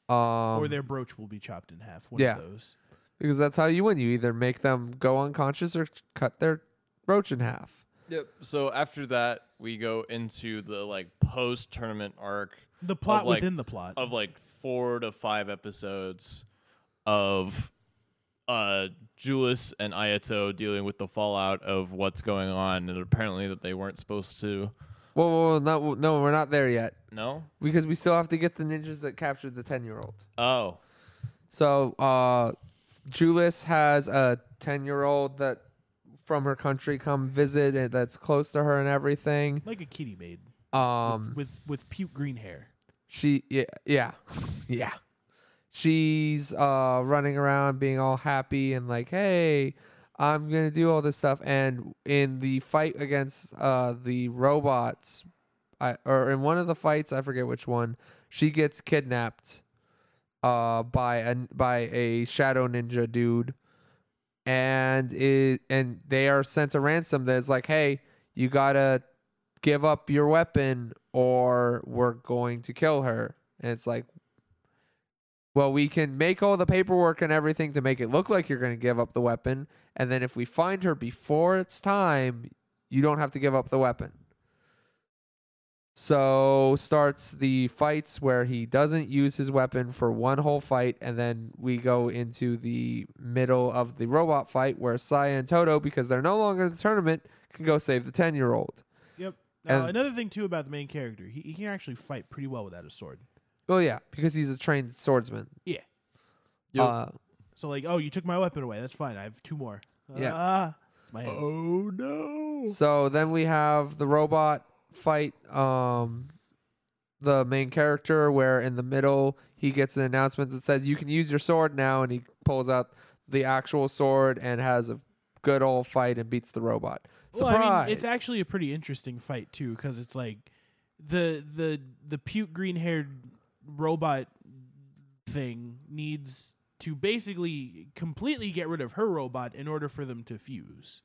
Speaker 2: Um,
Speaker 3: or their brooch will be chopped in half. One
Speaker 2: yeah.
Speaker 3: of those.
Speaker 2: because that's how you win. You either make them go unconscious or cut their roach in half.
Speaker 1: Yep. So after that, we go into the like post tournament arc
Speaker 3: The plot
Speaker 1: like-
Speaker 3: within the plot.
Speaker 1: of like four to five episodes of uh Julius and Ayato dealing with the fallout of what's going on, and apparently that they weren't supposed to.
Speaker 2: Whoa, whoa, whoa no, no, we're not there yet
Speaker 1: No.
Speaker 2: because we still have to get the ninjas that captured the ten-year-old.
Speaker 1: Oh.
Speaker 2: So, uh, Julis has a 10 year old that from her country come visit and that's close to her and everything.
Speaker 3: like a kitty maid
Speaker 2: Um,
Speaker 3: with with puke green hair.
Speaker 2: she, yeah, yeah, yeah. She's, uh, running around being all happy and like, hey, I'm gonna do all this stuff. And in the fight against, uh, the robots, I, or in one of the fights, I forget which one, she gets kidnapped uh by a by a shadow ninja dude and it and they are sent a ransom that's like hey you gotta give up your weapon or we're going to kill her and it's like well we can make all the paperwork and everything to make it look like you're gonna give up the weapon and then if we find her before it's time you don't have to give up the weapon so starts the fights where he doesn't use his weapon for one whole fight, and then we go into the middle of the robot fight where Saya and Toto, because they're no longer in the tournament, can go save the ten year old.
Speaker 3: Yep. Now,
Speaker 2: And-
Speaker 3: another thing too about the main character, he, he can actually fight pretty well without a sword.
Speaker 2: Well, Oh, yeah, because he's a trained swordsman.
Speaker 3: Yeah.
Speaker 1: Yep.
Speaker 2: Uh,
Speaker 3: So like, oh, you took my weapon away. That's fine. I have two more.
Speaker 2: Yeah.
Speaker 3: Ah, it's my hands.
Speaker 1: Oh no.
Speaker 2: so then we have the robot fight. Um, the main character, where in the middle he gets an announcement that says you can use your sword now, and he pulls out the actual sword and has a good old fight and beats the robot. Surprise!
Speaker 3: Well, I mean, it's actually a pretty interesting fight too, because it's like the the the puke green haired robot thing needs to basically completely get rid of her robot in order for them to fuse.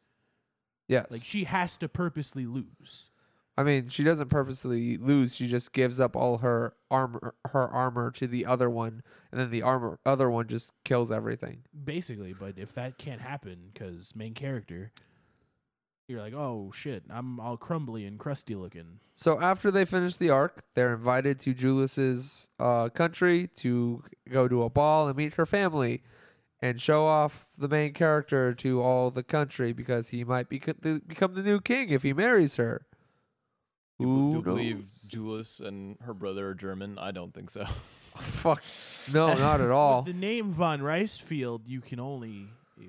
Speaker 2: yes.
Speaker 3: Like she has to purposely lose.
Speaker 2: I mean, she doesn't purposely lose. She just gives up all her armor, her armor to the other one, and then the armor other one just kills everything.
Speaker 3: basically but if that can't happen because main character you're like oh shit i'm all crumbly and crusty looking
Speaker 2: So after they finish the arc, they're invited to Julius's uh, country to go to a ball and meet her family, and show off the main character to all the country because he might beco- the, become the new king if he marries her.
Speaker 1: Do
Speaker 2: Who
Speaker 1: you believe
Speaker 2: knows?
Speaker 1: Julius and her brother are German? I don't think so.
Speaker 2: Fuck. No, not at all.
Speaker 3: the name von Ricefield, you can only eh,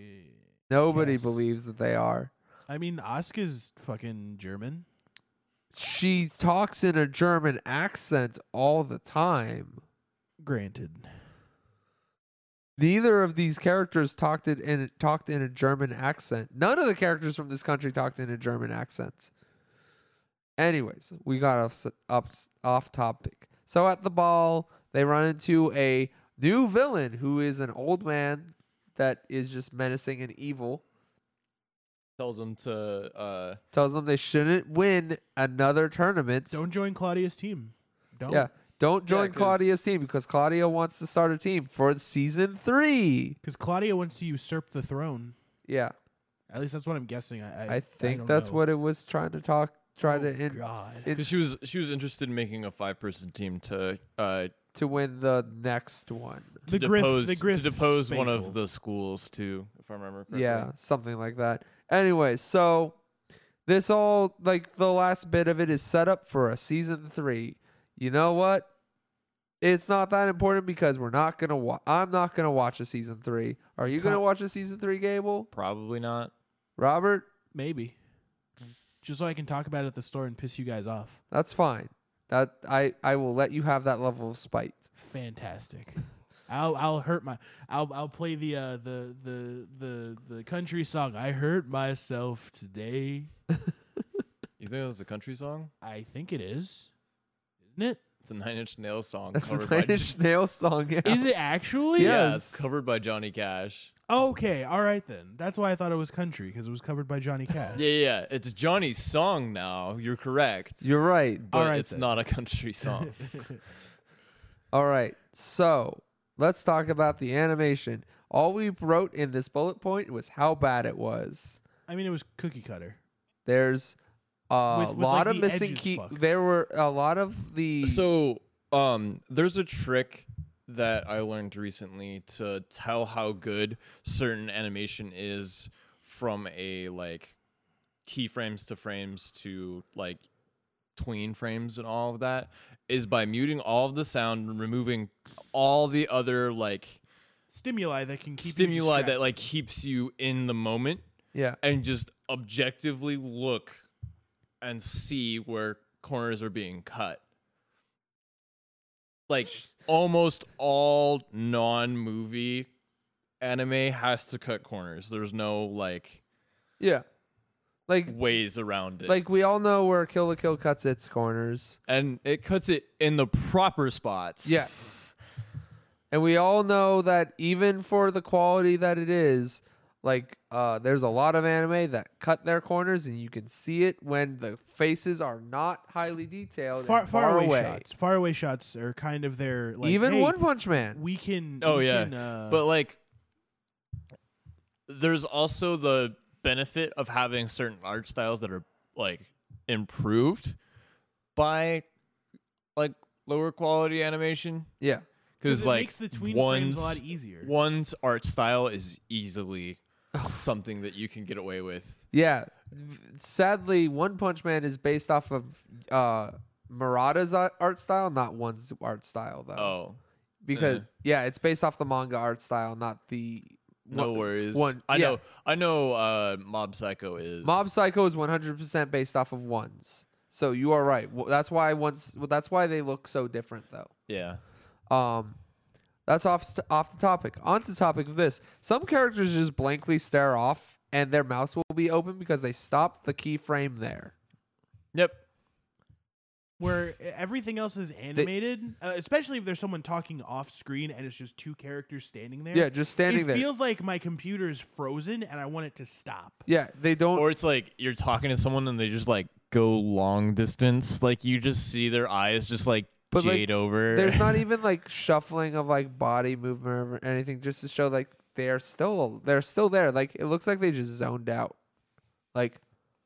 Speaker 2: Nobody
Speaker 3: Yes.
Speaker 2: believes that they are.
Speaker 3: i mean oscar's fucking german
Speaker 2: she talks in a German accent all the time.
Speaker 3: granted
Speaker 2: Neither of these characters talked it in talked in a German accent. None of the characters from this country talked in a German accent. Anyways, we got off s- up, s- off topic. So at the ball, they run into a new villain who is an old man that is just menacing and evil.
Speaker 1: Tells him to uh
Speaker 2: Tells them they shouldn't win another tournament.
Speaker 3: don't join claudia's team don't
Speaker 2: Yeah. Don't join
Speaker 1: 'cause-
Speaker 2: Claudia's team because Claudia wants to start a team for season three.
Speaker 3: because claudia wants to usurp the throne
Speaker 2: Yeah.
Speaker 3: at least that's what i'm guessing i, I,
Speaker 2: I think
Speaker 3: don't
Speaker 2: that's
Speaker 3: know. Oh,
Speaker 2: what it was trying to talk try to in,
Speaker 3: god
Speaker 2: it-
Speaker 1: 'cause she was she was interested in making a five person team to uh
Speaker 2: to win the next one.
Speaker 1: to
Speaker 3: the griff
Speaker 1: depose
Speaker 3: the griff
Speaker 1: to depose one
Speaker 3: Spankle.
Speaker 1: of the schools too, if I remember correctly.
Speaker 2: Yeah, something like that. Anyway, so this all like the last bit of it is set up for a season three. You know what? It's not that important because we're not gonna. Wa- I'm not gonna watch a season three. Are you gonna
Speaker 3: Con-
Speaker 2: watch a season three, Gable?
Speaker 1: Probably not.
Speaker 2: Robert?
Speaker 3: maybe just so i can talk about it at the store and piss you guys off
Speaker 2: That's fine. That I I will let you have that level of spite.
Speaker 3: fantastic. I'll I'll hurt my I'll I'll play the uh the the the the country song. I hurt myself today.
Speaker 1: You think that's a country song?
Speaker 3: I think it is, isn't it?
Speaker 1: It's a Nine Inch Nails song.
Speaker 2: That's a
Speaker 1: covered by
Speaker 2: Nine Inch Nails song. Yeah.
Speaker 3: Is it actually?
Speaker 1: Yeah, it's
Speaker 2: Yes.
Speaker 1: covered by Johnny Cash.
Speaker 3: Okay, all right then. That's why I thought it was country because it was covered by Johnny Cash.
Speaker 1: Yeah, yeah, yeah, it's Johnny's song now. You're correct.
Speaker 2: You're right.
Speaker 1: but
Speaker 3: All right
Speaker 1: it's
Speaker 3: then.
Speaker 1: not a country song.
Speaker 2: All right. So let's talk about the animation. All we wrote in this bullet point was how bad it was.
Speaker 3: I mean, it was cookie cutter.
Speaker 2: There's a
Speaker 3: With- with, like,
Speaker 2: lot of
Speaker 3: the
Speaker 2: missing
Speaker 3: edges
Speaker 2: key.
Speaker 3: fucked.
Speaker 2: There were a lot of
Speaker 3: Mm.
Speaker 2: the
Speaker 1: So, um, there's a trick that I learned recently to tell how good certain animation is from a like keyframes to frames to like tween frames and all of that is by muting all of the sound and removing all the other like
Speaker 3: Stimuli that can keep you
Speaker 1: stimuli that
Speaker 3: distracted.
Speaker 1: like keeps you in the moment
Speaker 2: yeah.
Speaker 1: and just objectively look and see where corners are being cut. Like almost all non movie anime has to cut corners. There's no like
Speaker 2: Yeah. Like
Speaker 1: ways around it.
Speaker 2: like we all know where Kill the Kill cuts its corners.
Speaker 1: and it cuts it in the proper spots.
Speaker 2: Yes. And we all know that even for the quality that it is, like uh there's a lot of anime that cut their corners and you can see it when the faces are not highly detailed
Speaker 3: far,
Speaker 2: and
Speaker 3: far, away, shots. Far away shots are kind of their like
Speaker 2: even
Speaker 3: hey,
Speaker 2: One Punch Man.
Speaker 3: we can.
Speaker 1: Oh
Speaker 3: we
Speaker 1: yeah.
Speaker 3: can, uh,
Speaker 1: but like there's also the benefit of having certain art styles that are like improved by like lower quality animation
Speaker 2: yeah.
Speaker 1: cuz
Speaker 3: it
Speaker 1: like
Speaker 3: makes the tween
Speaker 1: one's
Speaker 3: frames a lot easier.
Speaker 1: one's art style is easily something that you can get away with.
Speaker 2: Yeah. V- Sadly, One Punch Man is based off of uh Murata's a- art style, not one's art style though.
Speaker 1: Oh.
Speaker 2: because
Speaker 1: Uh.
Speaker 2: yeah, it's based off the manga art style, not the
Speaker 1: No
Speaker 2: one-
Speaker 1: worries.
Speaker 2: One,
Speaker 1: I
Speaker 2: yeah.
Speaker 1: know I know uh Mob Psycho is
Speaker 2: Mob Psycho is 100% based off of ones. So you are right. Well, that's why once. Well, that's why they look so different though.
Speaker 1: Yeah.
Speaker 2: Um, that's off st- off the topic. On to the topic of this. Some characters just blankly stare off, and their mouths will be open because they stopped the keyframe there.
Speaker 1: Yep.
Speaker 3: where e, everything else is animated, uh, especially if there's someone talking off screen and it's just two characters standing there.
Speaker 2: Yeah, just standing
Speaker 3: it
Speaker 2: there.
Speaker 3: feels like my computer is frozen and I want it to stop.
Speaker 2: yeah, they don't.
Speaker 1: Or it's like you're talking to someone and they just like go long distance. Like you just see their eyes just like
Speaker 2: But, like,
Speaker 1: jade over.
Speaker 2: there's not even like shuffling of like body movement or anything, just to show like they're still they're still there. Like it looks like they just zoned out. Like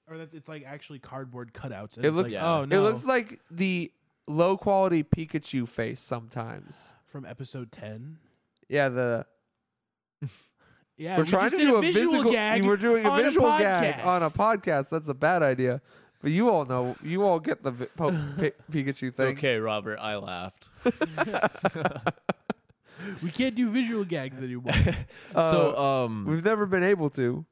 Speaker 3: Or that it's like actually cardboard cutouts. And
Speaker 2: It
Speaker 3: it's
Speaker 2: looks-
Speaker 3: like,
Speaker 1: Yeah.
Speaker 3: oh no,
Speaker 2: It looks like the low quality Pikachu face sometimes.
Speaker 3: from episode ten.
Speaker 2: Yeah, the
Speaker 3: Yeah,
Speaker 2: we're
Speaker 3: we
Speaker 2: trying
Speaker 3: just
Speaker 2: to
Speaker 3: did
Speaker 2: do a
Speaker 3: visual
Speaker 2: physical.
Speaker 3: gag.
Speaker 2: we're doing a
Speaker 3: on
Speaker 2: visual gag
Speaker 3: podcast.
Speaker 2: on a podcast. That's a bad idea. But you all know, you all get the vi- po- pi- Pikachu
Speaker 1: It's
Speaker 2: thing.
Speaker 1: okay, Robert. I laughed.
Speaker 3: We can't do visual gags anymore.
Speaker 2: Uh,
Speaker 1: so, um,
Speaker 2: we've never been able to.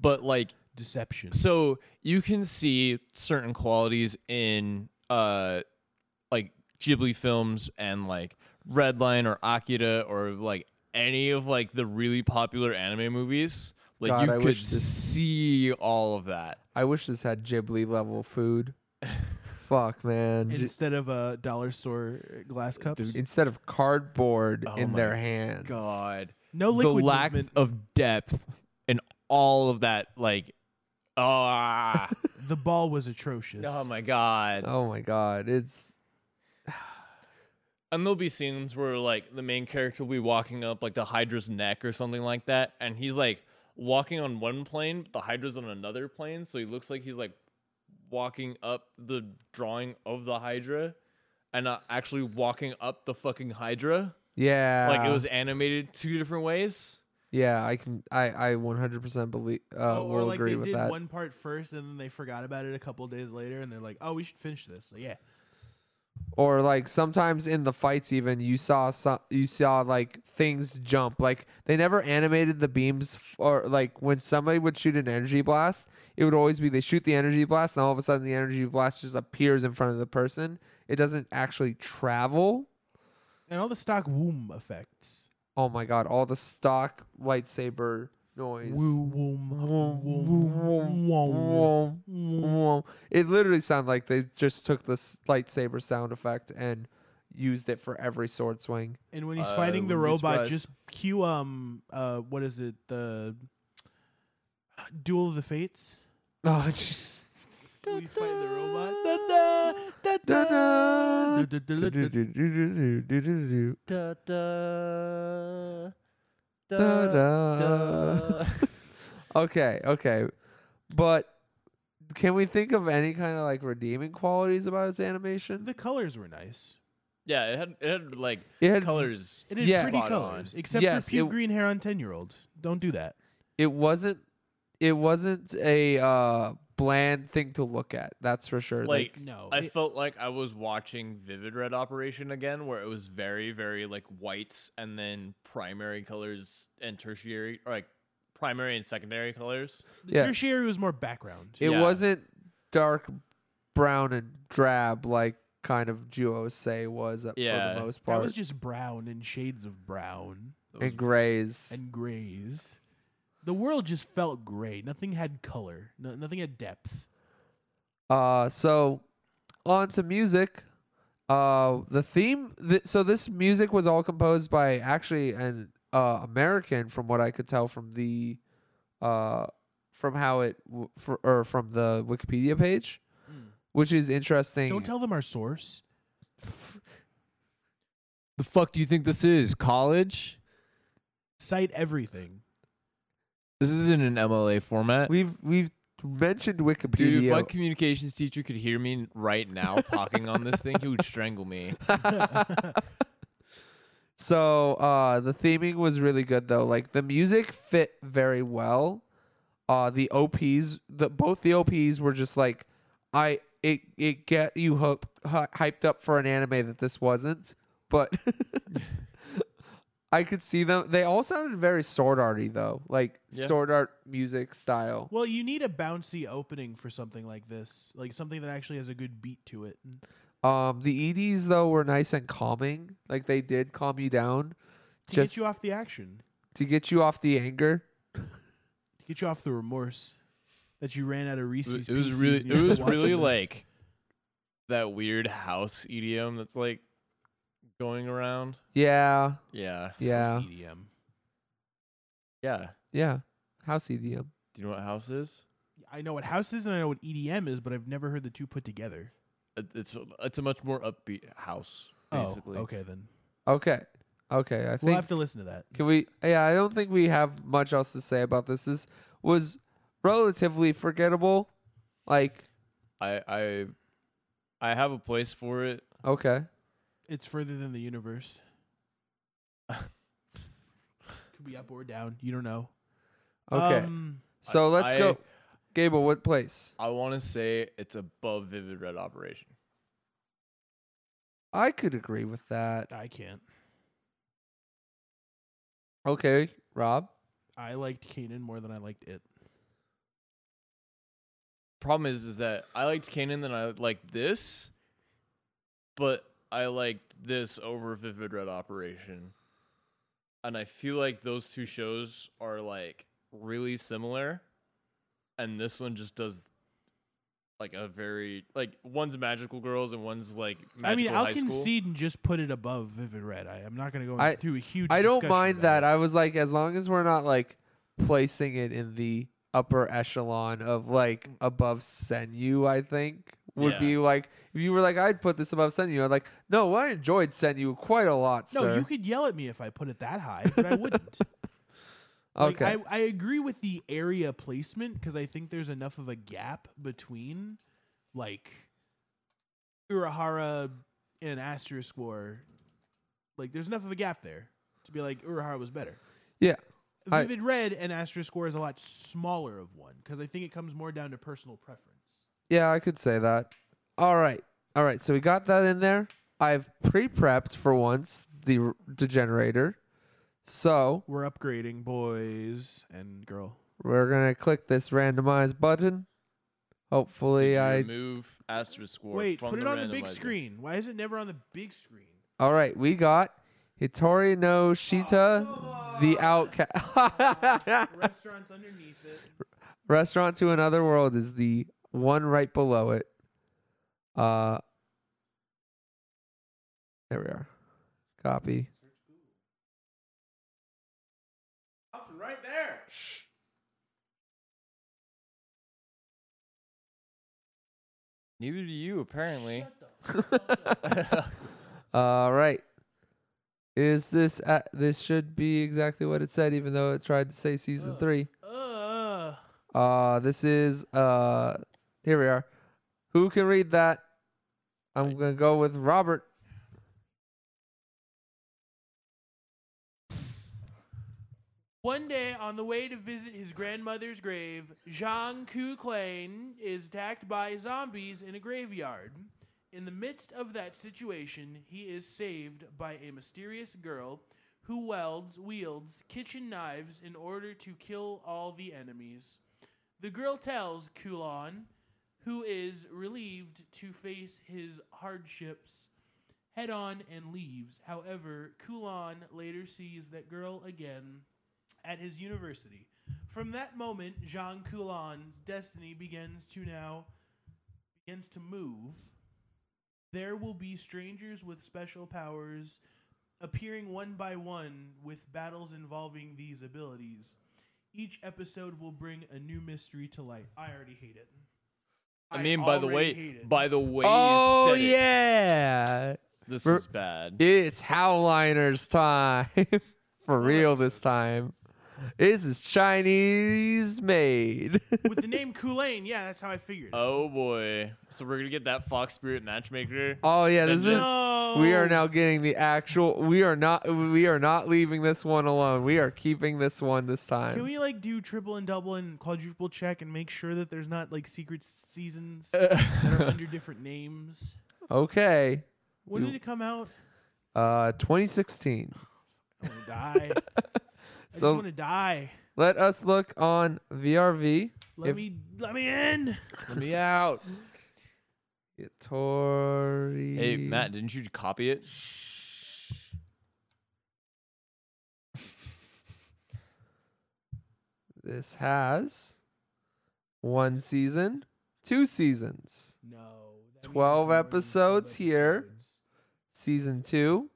Speaker 1: but like,
Speaker 3: Deception.
Speaker 1: so you can see certain qualities in, uh, like Ghibli films and like Redline or Akira or like any of like the really popular anime movies. Like
Speaker 2: God,
Speaker 1: you
Speaker 2: I
Speaker 1: could
Speaker 2: wish this-
Speaker 1: see all of that.
Speaker 2: I wish this had Ghibli level food. Fuck man! Ju-
Speaker 3: Instead of a dollar store glass cups,
Speaker 2: Instead of cardboard
Speaker 1: Oh
Speaker 2: in
Speaker 1: my
Speaker 2: their hands.
Speaker 1: God.
Speaker 3: no
Speaker 1: the
Speaker 3: liquid
Speaker 1: lack
Speaker 3: movement.
Speaker 1: of depth and all of that like ah
Speaker 3: The ball was atrocious.
Speaker 1: oh my god
Speaker 2: Oh my god! It's
Speaker 1: and there'll be scenes where like the main character will be walking up like the hydra's neck or something like that and he's like walking on one plane but the hydra's on another plane so he looks like he's like walking up the drawing of the hydra and not actually walking up the fucking hydra
Speaker 2: yeah.
Speaker 1: like it was animated two different ways
Speaker 2: Yeah, I can. I I 100% believe. Uh,
Speaker 3: Oh, or
Speaker 2: will
Speaker 3: like
Speaker 2: agree
Speaker 3: they
Speaker 2: with
Speaker 3: did
Speaker 2: that.
Speaker 3: one part first and then they forgot about it a couple days later and they're like, oh, we should finish this. Like, yeah.
Speaker 2: or like sometimes in the fights even you saw some you saw like things jump like they never animated the beams f- or like when somebody would shoot an energy blast it would always be they shoot the energy blast and all of a sudden the energy blast just appears in front of the person it doesn't actually travel
Speaker 3: And all the stock womb effects.
Speaker 2: oh my god all the stock lightsaber noise
Speaker 3: Woo womb. Womb. Womb.
Speaker 2: Whoa. Whoa. It literally sounded like they just took this lightsaber sound effect and used it for every sword swing.
Speaker 3: And when he's
Speaker 2: Uh,
Speaker 1: I
Speaker 3: fighting the
Speaker 1: wouldn't be
Speaker 3: robot,
Speaker 1: surprised.
Speaker 3: just cue um uh what is it? The Duel of the Fates.
Speaker 2: Oh, just-
Speaker 3: When he's fighting the robot.
Speaker 2: Da-da.
Speaker 3: Da-da-da-da-da-da.
Speaker 2: Da-da. Okay, okay. But can we think of any kind of like redeeming qualities about its animation?
Speaker 3: The colors were nice.
Speaker 1: Yeah, it had it had like
Speaker 2: It had
Speaker 1: colors.
Speaker 3: It is
Speaker 2: Yes.
Speaker 3: pretty
Speaker 1: Spot on.
Speaker 3: colors, except
Speaker 2: Yes,
Speaker 3: for puke
Speaker 2: it-
Speaker 3: green hair on ten year olds. Don't do that.
Speaker 2: it wasn't it wasn't a uh bland thing to look at. That's for sure. Like,
Speaker 1: Like
Speaker 3: No,
Speaker 1: I
Speaker 3: it-
Speaker 1: felt like I was watching Vivid Red Operation again, where it was very, very like whites and then primary colors and tertiary, or like primary and secondary colors.
Speaker 3: The
Speaker 2: Yeah.
Speaker 3: tertiary was more background.
Speaker 2: it
Speaker 1: yeah.
Speaker 2: wasn't dark brown and drab like kind of Juo say was uh, for
Speaker 1: Yeah.
Speaker 2: the most
Speaker 3: that
Speaker 2: part.
Speaker 3: was just brown and shades of brown
Speaker 2: and grays.
Speaker 3: and grays. The world just felt gray. Nothing had color. No, nothing had depth.
Speaker 2: Uh, so on to music. Uh, the theme. Th- so this music was all composed by actually an uh, American, from what I could tell from the, uh, from how it w- fr- or from the Wikipedia page, which is interesting.
Speaker 3: Mm. Don't tell them our source.
Speaker 4: The fuck do you think this is? College?
Speaker 3: Cite everything.
Speaker 1: This isn't an MLA format.
Speaker 2: We've we've mentioned Wikipedia.
Speaker 1: Dude, if my communications teacher could hear me right now talking on this thing, he would strangle me.
Speaker 2: So uh the theming was really good though. Like the music fit very well. Uh the OPs, the both the OPs were just like I it it get you hope, hy- hyped up for an anime that this wasn't, but I could see them. They all sounded very sword arty though, like
Speaker 1: Yeah.
Speaker 2: sword art music style.
Speaker 3: Well, you need a bouncy opening for something like this, like something that actually has a good beat to it.
Speaker 2: Um, the EDs though were nice and calming. Like they did calm you down,
Speaker 3: To
Speaker 2: Just-
Speaker 3: get you off the action,
Speaker 2: to get you off the anger.
Speaker 3: to get you off the remorse that you ran out of
Speaker 1: It was,
Speaker 3: Reese's.
Speaker 1: it was
Speaker 3: Pieces
Speaker 1: really,
Speaker 3: and
Speaker 1: it
Speaker 3: you're still
Speaker 1: was really
Speaker 3: watching this.
Speaker 1: like that weird house EDM that's like going around.
Speaker 2: Yeah,
Speaker 1: Yeah,
Speaker 2: yeah,
Speaker 3: It's EDM.
Speaker 1: yeah.
Speaker 2: yeah. House EDM.
Speaker 1: Do you know what house is?
Speaker 3: I know what house is and I know what EDM is, but I've never heard the two put together.
Speaker 1: It- It's a, it's a much more upbeat house, basically.
Speaker 3: Oh, okay then.
Speaker 2: Okay. Okay. I think
Speaker 3: We'll have to listen to that.
Speaker 2: can we yeah, I don't think we have much else to say about this. This was relatively forgettable. Like,
Speaker 1: I I I have a place for it.
Speaker 2: okay.
Speaker 3: It's further than the universe. Could be up or down. You don't know.
Speaker 2: Okay.
Speaker 3: Um,
Speaker 2: so
Speaker 1: I-
Speaker 2: let's
Speaker 1: I-
Speaker 2: go. Gable, what place?
Speaker 1: I want to say it's above Vivid Red Operation.
Speaker 2: I could agree with that.
Speaker 3: I can't.
Speaker 2: Okay, Rob.
Speaker 3: I liked Kanan more than I liked it.
Speaker 1: Problem is, is that I liked Kanan than I liked this, but I liked this over Vivid Red Operation, and I feel like those two shows are like really similar, and this one just does like a very like one's magical girls and one's like magical
Speaker 3: I mean, I'll
Speaker 1: high school.
Speaker 3: concede and just put it above Vivid Red. I, I'm not going to go
Speaker 2: I-
Speaker 3: into a huge.
Speaker 2: I don't
Speaker 3: discussion
Speaker 2: mind
Speaker 3: about
Speaker 2: that. I was like, as long as we're not like placing it in the upper echelon of like above Senyu, I think would
Speaker 1: Yeah.
Speaker 2: be like if you were like, I'd put this above Senyu. I'm like, no, I enjoyed Senyu quite a lot,
Speaker 3: No,
Speaker 2: sir.
Speaker 3: you could yell at me if I put it that high, but I wouldn't. Like,
Speaker 2: okay,
Speaker 3: I, I agree with the area placement because I think there's enough of a gap between like Urahara and Asterisk War. Like there's enough of a gap there to be like Urahara was better.
Speaker 2: yeah. I-
Speaker 3: Vivid Red and Asterisk War is a lot smaller of one because I think it comes more down to personal preference.
Speaker 2: Yeah, I could say that. All right. All right. So we got that in there. I've pre prepped for once the r- degenerator. So
Speaker 3: We're upgrading boys and girl.
Speaker 2: we're going to click this randomize button. Hopefully,
Speaker 1: Did you
Speaker 2: I.
Speaker 1: remove asterisk war
Speaker 3: Wait,
Speaker 1: from
Speaker 3: put it on the big
Speaker 1: randomizer?
Speaker 3: screen. Why is it never on the big screen?
Speaker 2: All right. We got Hitori no Shita,
Speaker 3: Oh,
Speaker 2: the outcast.
Speaker 3: Restaurants underneath it.
Speaker 2: Restaurant to Another World is the one right below it. Uh, there we are. Copy.
Speaker 3: Option right there.
Speaker 1: Neither do you, apparently.
Speaker 2: All right. Is this a this should be exactly what it said, even though it tried to say season
Speaker 3: Oh.
Speaker 2: three.
Speaker 3: Uh,
Speaker 2: Uh, this is uh, here we are. Who can read that? I'm gonna go with Robert.
Speaker 3: One day, on the way to visit his grandmother's grave, Zhang Kuklain is attacked by zombies in a graveyard. In the midst of that situation, he is saved by a mysterious girl who welds, wields kitchen knives in order to kill all the enemies. The girl tells Kulan, who is relieved to face his hardships head on and leaves. However, Kulan later sees that girl again at his university. From that moment, Jean Coulan's destiny begins to now begins to move. There will be strangers with special powers appearing one by one with battles involving these abilities. Each episode will bring a new mystery to light. I already hate it.
Speaker 1: I mean, by the
Speaker 3: already
Speaker 1: way,
Speaker 3: hate it.
Speaker 1: by the way,
Speaker 2: oh
Speaker 1: you said it,
Speaker 2: yeah,
Speaker 1: this
Speaker 2: Re-
Speaker 1: is bad.
Speaker 2: it's Howliners time for real this time. This is Chinese made.
Speaker 3: with the name Kool-Aid, yeah, that's how I figured. it.
Speaker 1: oh boy, so we're gonna get that Fox Spirit matchmaker.
Speaker 2: Oh yeah, this is. We are
Speaker 3: No.
Speaker 2: now getting the actual. We are not. We are not leaving this one alone. We are keeping this one this time.
Speaker 3: Can we like do triple and double and quadruple check and make sure that there's not like secret s- seasons that are under different names?
Speaker 2: okay.
Speaker 3: When
Speaker 2: You-
Speaker 3: did it come out?
Speaker 2: Uh, 2016.
Speaker 3: I want to die. I just
Speaker 2: So-
Speaker 3: want to die.
Speaker 2: Let us look on VRV.
Speaker 3: Let
Speaker 2: if-
Speaker 3: me let me in.
Speaker 4: Let me out.
Speaker 2: Tori.
Speaker 1: Hey Matt, didn't you copy it?
Speaker 2: This has one season, two seasons.
Speaker 3: No. that means it's
Speaker 2: 12
Speaker 3: more than
Speaker 2: episodes here. Season two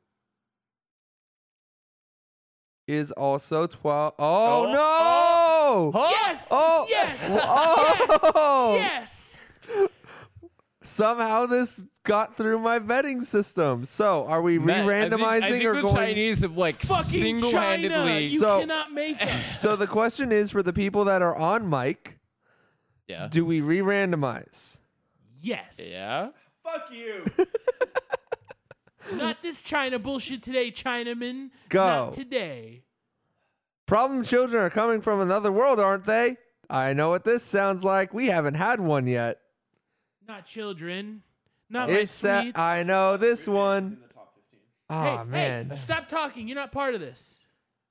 Speaker 2: is also 12. Oh,
Speaker 1: Oh,
Speaker 2: no!
Speaker 3: Yes.
Speaker 2: Oh!
Speaker 3: Yes.
Speaker 2: Oh!
Speaker 3: Yes.
Speaker 2: Somehow this got through my vetting system. So, are we
Speaker 1: Matt, I think-
Speaker 2: re-randomizing
Speaker 1: I think
Speaker 2: or
Speaker 1: the
Speaker 2: going?
Speaker 4: Chinese have like
Speaker 3: Fucking China.
Speaker 4: single-handedly.
Speaker 3: You
Speaker 2: So-
Speaker 3: cannot make that.
Speaker 2: So the question is for the people that are on mic,
Speaker 1: Yeah.
Speaker 2: do we re-randomize?
Speaker 3: Yes.
Speaker 1: Yeah.
Speaker 3: Fuck you. Not this China bullshit today, Chinaman.
Speaker 2: Go.
Speaker 3: Not today.
Speaker 2: Problem children are coming from another world, aren't they? I know what this sounds like. We haven't had one yet.
Speaker 3: Not children. Not my
Speaker 2: It's a-
Speaker 3: sweets.
Speaker 2: I know this one.
Speaker 3: Hey,
Speaker 2: Oh
Speaker 3: hey,
Speaker 2: man.
Speaker 3: stop talking. You're not part of this.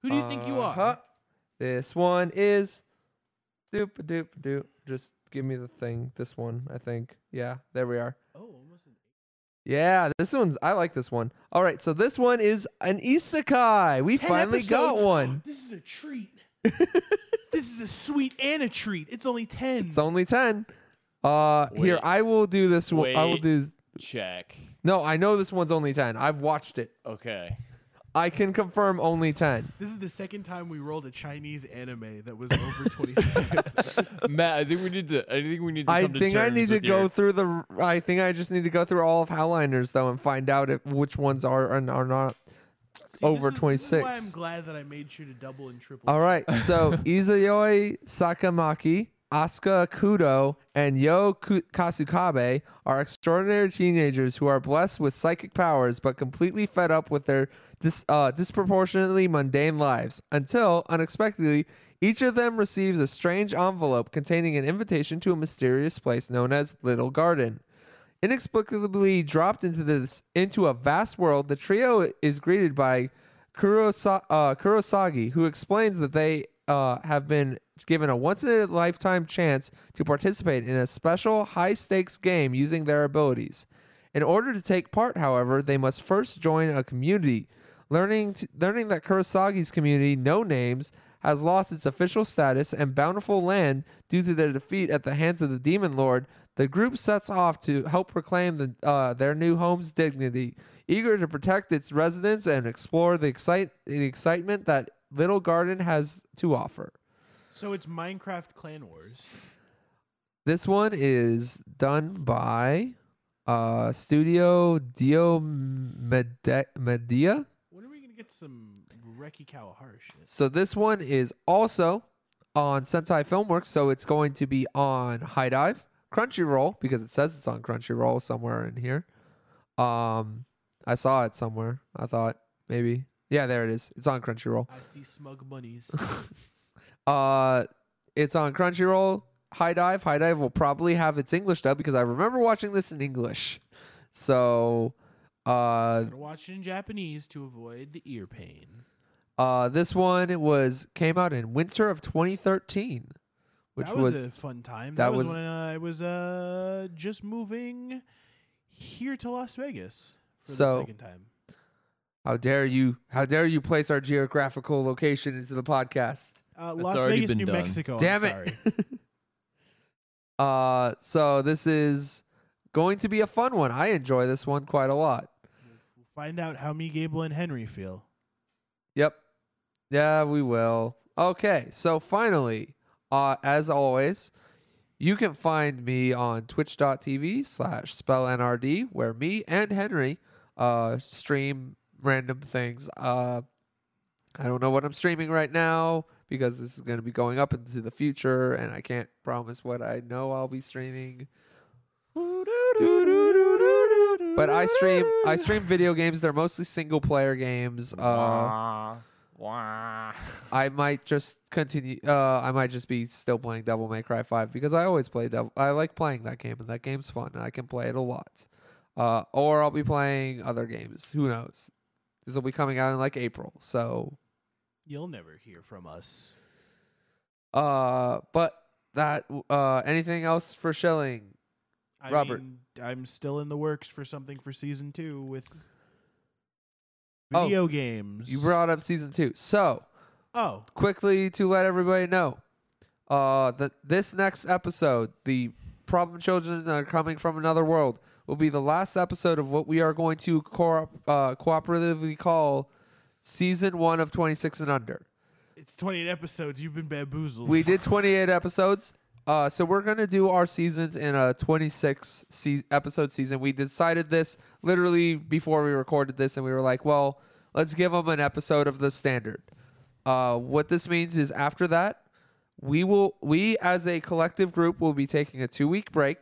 Speaker 3: Who do you think you
Speaker 2: Uh-huh.
Speaker 3: are?
Speaker 2: This one is doop doop doop. Just give me the thing. This one, I think. Yeah, there we are.
Speaker 3: Oh, almost an
Speaker 2: Yeah, this one's I like this one. All right, so this one is an isekai. We finally got
Speaker 3: episodes.
Speaker 2: one.
Speaker 3: This is a treat. this is a sweet and a treat. It's only 10.
Speaker 2: It's only ten. Uh, here
Speaker 1: Wait.
Speaker 2: I will do this one. I will
Speaker 1: Wait.
Speaker 2: do.
Speaker 1: Check.
Speaker 2: No, I know this one's only ten. I've watched it.
Speaker 1: Okay.
Speaker 2: I can confirm only ten.
Speaker 3: this is the second time we rolled a Chinese anime that was over 25 episodes.
Speaker 1: Matt, I think we need to. I think we need to.
Speaker 2: I
Speaker 1: come to
Speaker 2: think I
Speaker 1: terms
Speaker 2: need to
Speaker 1: with
Speaker 2: go
Speaker 1: your-
Speaker 2: through the. I think I just need to go through all of Howliners though and find out if which ones are and are not.
Speaker 3: See,
Speaker 2: Over
Speaker 3: this is- this is why
Speaker 2: 26.
Speaker 3: I'm glad that I made sure to double and triple.
Speaker 2: All right, so Izayoi Sakamaki, Asuka Kudo, and Yo Ku- Kasukabe are extraordinary teenagers who are blessed with psychic powers but completely fed up with their dis- uh, disproportionately mundane lives until, unexpectedly, each of them receives a strange envelope containing an invitation to a mysterious place known as Little Garden. Inexplicably dropped into this into a vast world, the trio is greeted by Kurosa- uh, Kurosagi, who explains that they uh, have been given a once in a lifetime chance to participate in a special high stakes game using their abilities. In order to take part, however, they must first join a community. Learning, t learning that Kurosagi's community, No Names, has lost its official status and bountiful land due to their defeat at the hands of the Demon Lord, the group sets off to help reclaim the, uh, their new home's dignity, eager to protect its residents and explore the, excite- the excitement that Little Garden has to offer.
Speaker 3: So it's Minecraft Clan Wars.
Speaker 2: This one is done by uh, Studio Dio Mede- Media.
Speaker 3: When are we going to get some Reki Kawahara shit.
Speaker 2: So this one is also on Sentai Filmworks, so it's going to be on High Dive, Crunchyroll because it says it's on Crunchyroll somewhere in here. Um, I saw it somewhere. I thought maybe yeah, there it is. It's on Crunchyroll.
Speaker 3: I see smug bunnies.
Speaker 2: Uh, it's on Crunchyroll. High Dive. High Dive will probably have its English dub because I remember watching this in English. So, uh,
Speaker 3: Gotta watch it in Japanese to avoid the ear pain.
Speaker 2: uh, this one it was came out in winter of 2013, which
Speaker 3: that
Speaker 2: was,
Speaker 3: was, a fun time.
Speaker 2: that
Speaker 3: That, was,
Speaker 2: was-
Speaker 3: when I was uh, just moving here to Las Vegas for
Speaker 2: So-
Speaker 3: the second time.
Speaker 2: how dare you? How dare you place our geographical location into the podcast?
Speaker 3: Uh,
Speaker 1: That's
Speaker 3: Las
Speaker 1: already
Speaker 3: Vegas,
Speaker 1: been
Speaker 3: New
Speaker 1: done.
Speaker 3: Mexico. I'm
Speaker 2: Damn it.
Speaker 3: sorry.
Speaker 2: Uh, so this is going to be a fun one. I enjoy this one quite a lot.
Speaker 3: We'll Find out how me, Gable, and Henry feel.
Speaker 2: Yep. Yeah, we will. Okay, so finally, uh, as always, you can find me on twitch.tv slash spellnrd, where me and Henry uh, stream random things. Uh, I don't know what I'm streaming right now because this is going to be going up into the future, and I can't promise what I know I'll be streaming. But I stream, I stream video games. They're mostly single player games. Uh,
Speaker 1: Wah, wah.
Speaker 2: I might just continue. Uh, I might just be still playing Devil May Cry Five because I always play Devil. I like playing that game, and that game's fun, and I can play it a lot. Uh, or I'll be playing other games. Who knows? This will be coming out in like April, so.
Speaker 3: You'll never hear from us.
Speaker 2: Uh, but that. Uh, anything else for Schilling?
Speaker 3: I
Speaker 2: Robert.
Speaker 3: mean, I'm still in the works for something for season two with
Speaker 2: Oh,
Speaker 3: video games.
Speaker 2: You brought up season two, so
Speaker 3: oh,
Speaker 2: quickly to let everybody know uh that this next episode the problem children that are coming from another world will be the last episode of what we are going to co- uh, cooperatively call season one of 26 and under
Speaker 3: it's 28 episodes. You've been bamboozled.
Speaker 2: we did 28 episodes uh, so we're gonna do our seasons in a 26 se- episode season we decided this literally before we recorded this and we were like well let's give them an episode of the standard uh, what this means is after that we will we as a collective group will be taking a two week break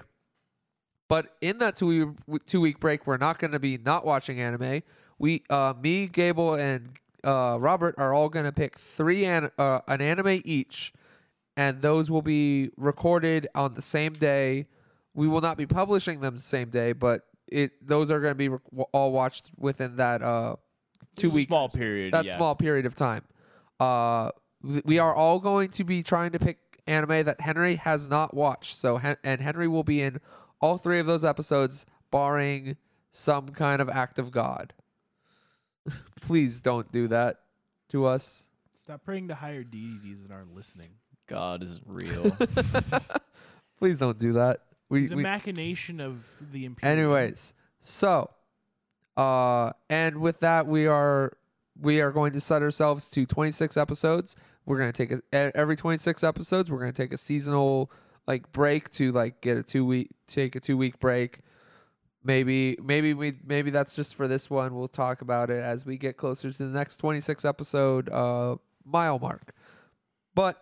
Speaker 2: but in that two week, two week break we're not going to be not watching anime we uh, me gable and uh, robert are all going to pick three an, uh, an anime each and those will be recorded on the same day we will not be publishing them the same day but it those are going to be re- all watched within that uh, two week
Speaker 1: Small period.
Speaker 2: that
Speaker 1: yeah.
Speaker 2: small period of time. Uh, th- we are all going to be trying to pick anime that Henry has not watched. So Hen- and Henry will be in all three of those episodes, barring some kind of act of God. Please don't do that to us.
Speaker 3: Stop praying to higher deities that aren't listening.
Speaker 1: God is real.
Speaker 2: Please don't do that. We,
Speaker 3: It's a
Speaker 2: we
Speaker 3: machination of the imperial.
Speaker 2: anyways. So, uh, and with that, we are we are going to set ourselves to 26 episodes. We're going to take a, e, every 26 episodes. We're going to take a seasonal like break to like get a two week take a two week break. Maybe maybe we maybe that's just for this one. We'll talk about it as we get closer to the next 26 episode uh mile mark. But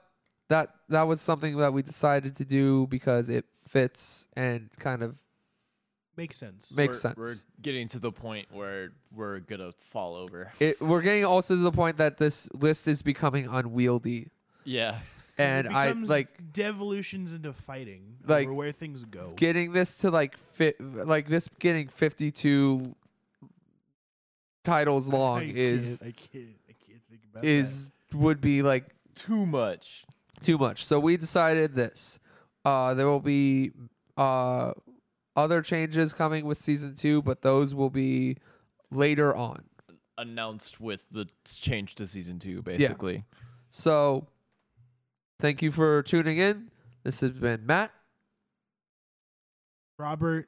Speaker 2: that that was something that we decided to do because it fits and kind of
Speaker 3: Makes sense.
Speaker 2: makes
Speaker 1: We're-
Speaker 2: sense.
Speaker 1: We're getting to the point where we're gonna fall over.
Speaker 2: it, we're getting also to the point that this list is becoming unwieldy
Speaker 1: Yeah.
Speaker 2: and i
Speaker 3: becomes
Speaker 2: like
Speaker 3: devolutions into fighting
Speaker 2: Like,
Speaker 3: over where things go.
Speaker 2: getting this to like fit like this getting 52 titles
Speaker 3: I
Speaker 2: long
Speaker 3: can't-
Speaker 2: is
Speaker 3: I can't I can't think about
Speaker 2: is would be like
Speaker 1: Too much.
Speaker 2: too much so we decided this uh there will be uh other changes coming with season 2 but those will be later on
Speaker 1: Announced with the change to season two, basically.
Speaker 2: so thank you for tuning in this has been matt
Speaker 3: that. Robert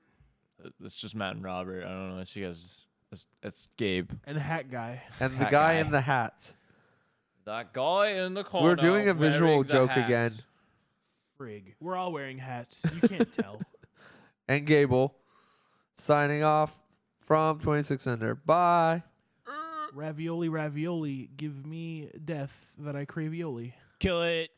Speaker 1: Uh, It's just Matt and Robert. I don't know. She guys. It's, it's Gabe.
Speaker 3: and Hat Guy.
Speaker 2: and the
Speaker 1: Hat
Speaker 2: guy
Speaker 1: guy.
Speaker 2: in the hat
Speaker 1: That guy in the corner.
Speaker 2: doing a visual
Speaker 1: wearing the
Speaker 2: joke
Speaker 1: hat.
Speaker 2: again.
Speaker 3: Frig. We're all wearing hats. You can't tell.
Speaker 2: and Gable signing off from 26 Under. Bye.
Speaker 3: Ravioli, ravioli, give me death that I cravioli.
Speaker 1: Kill it.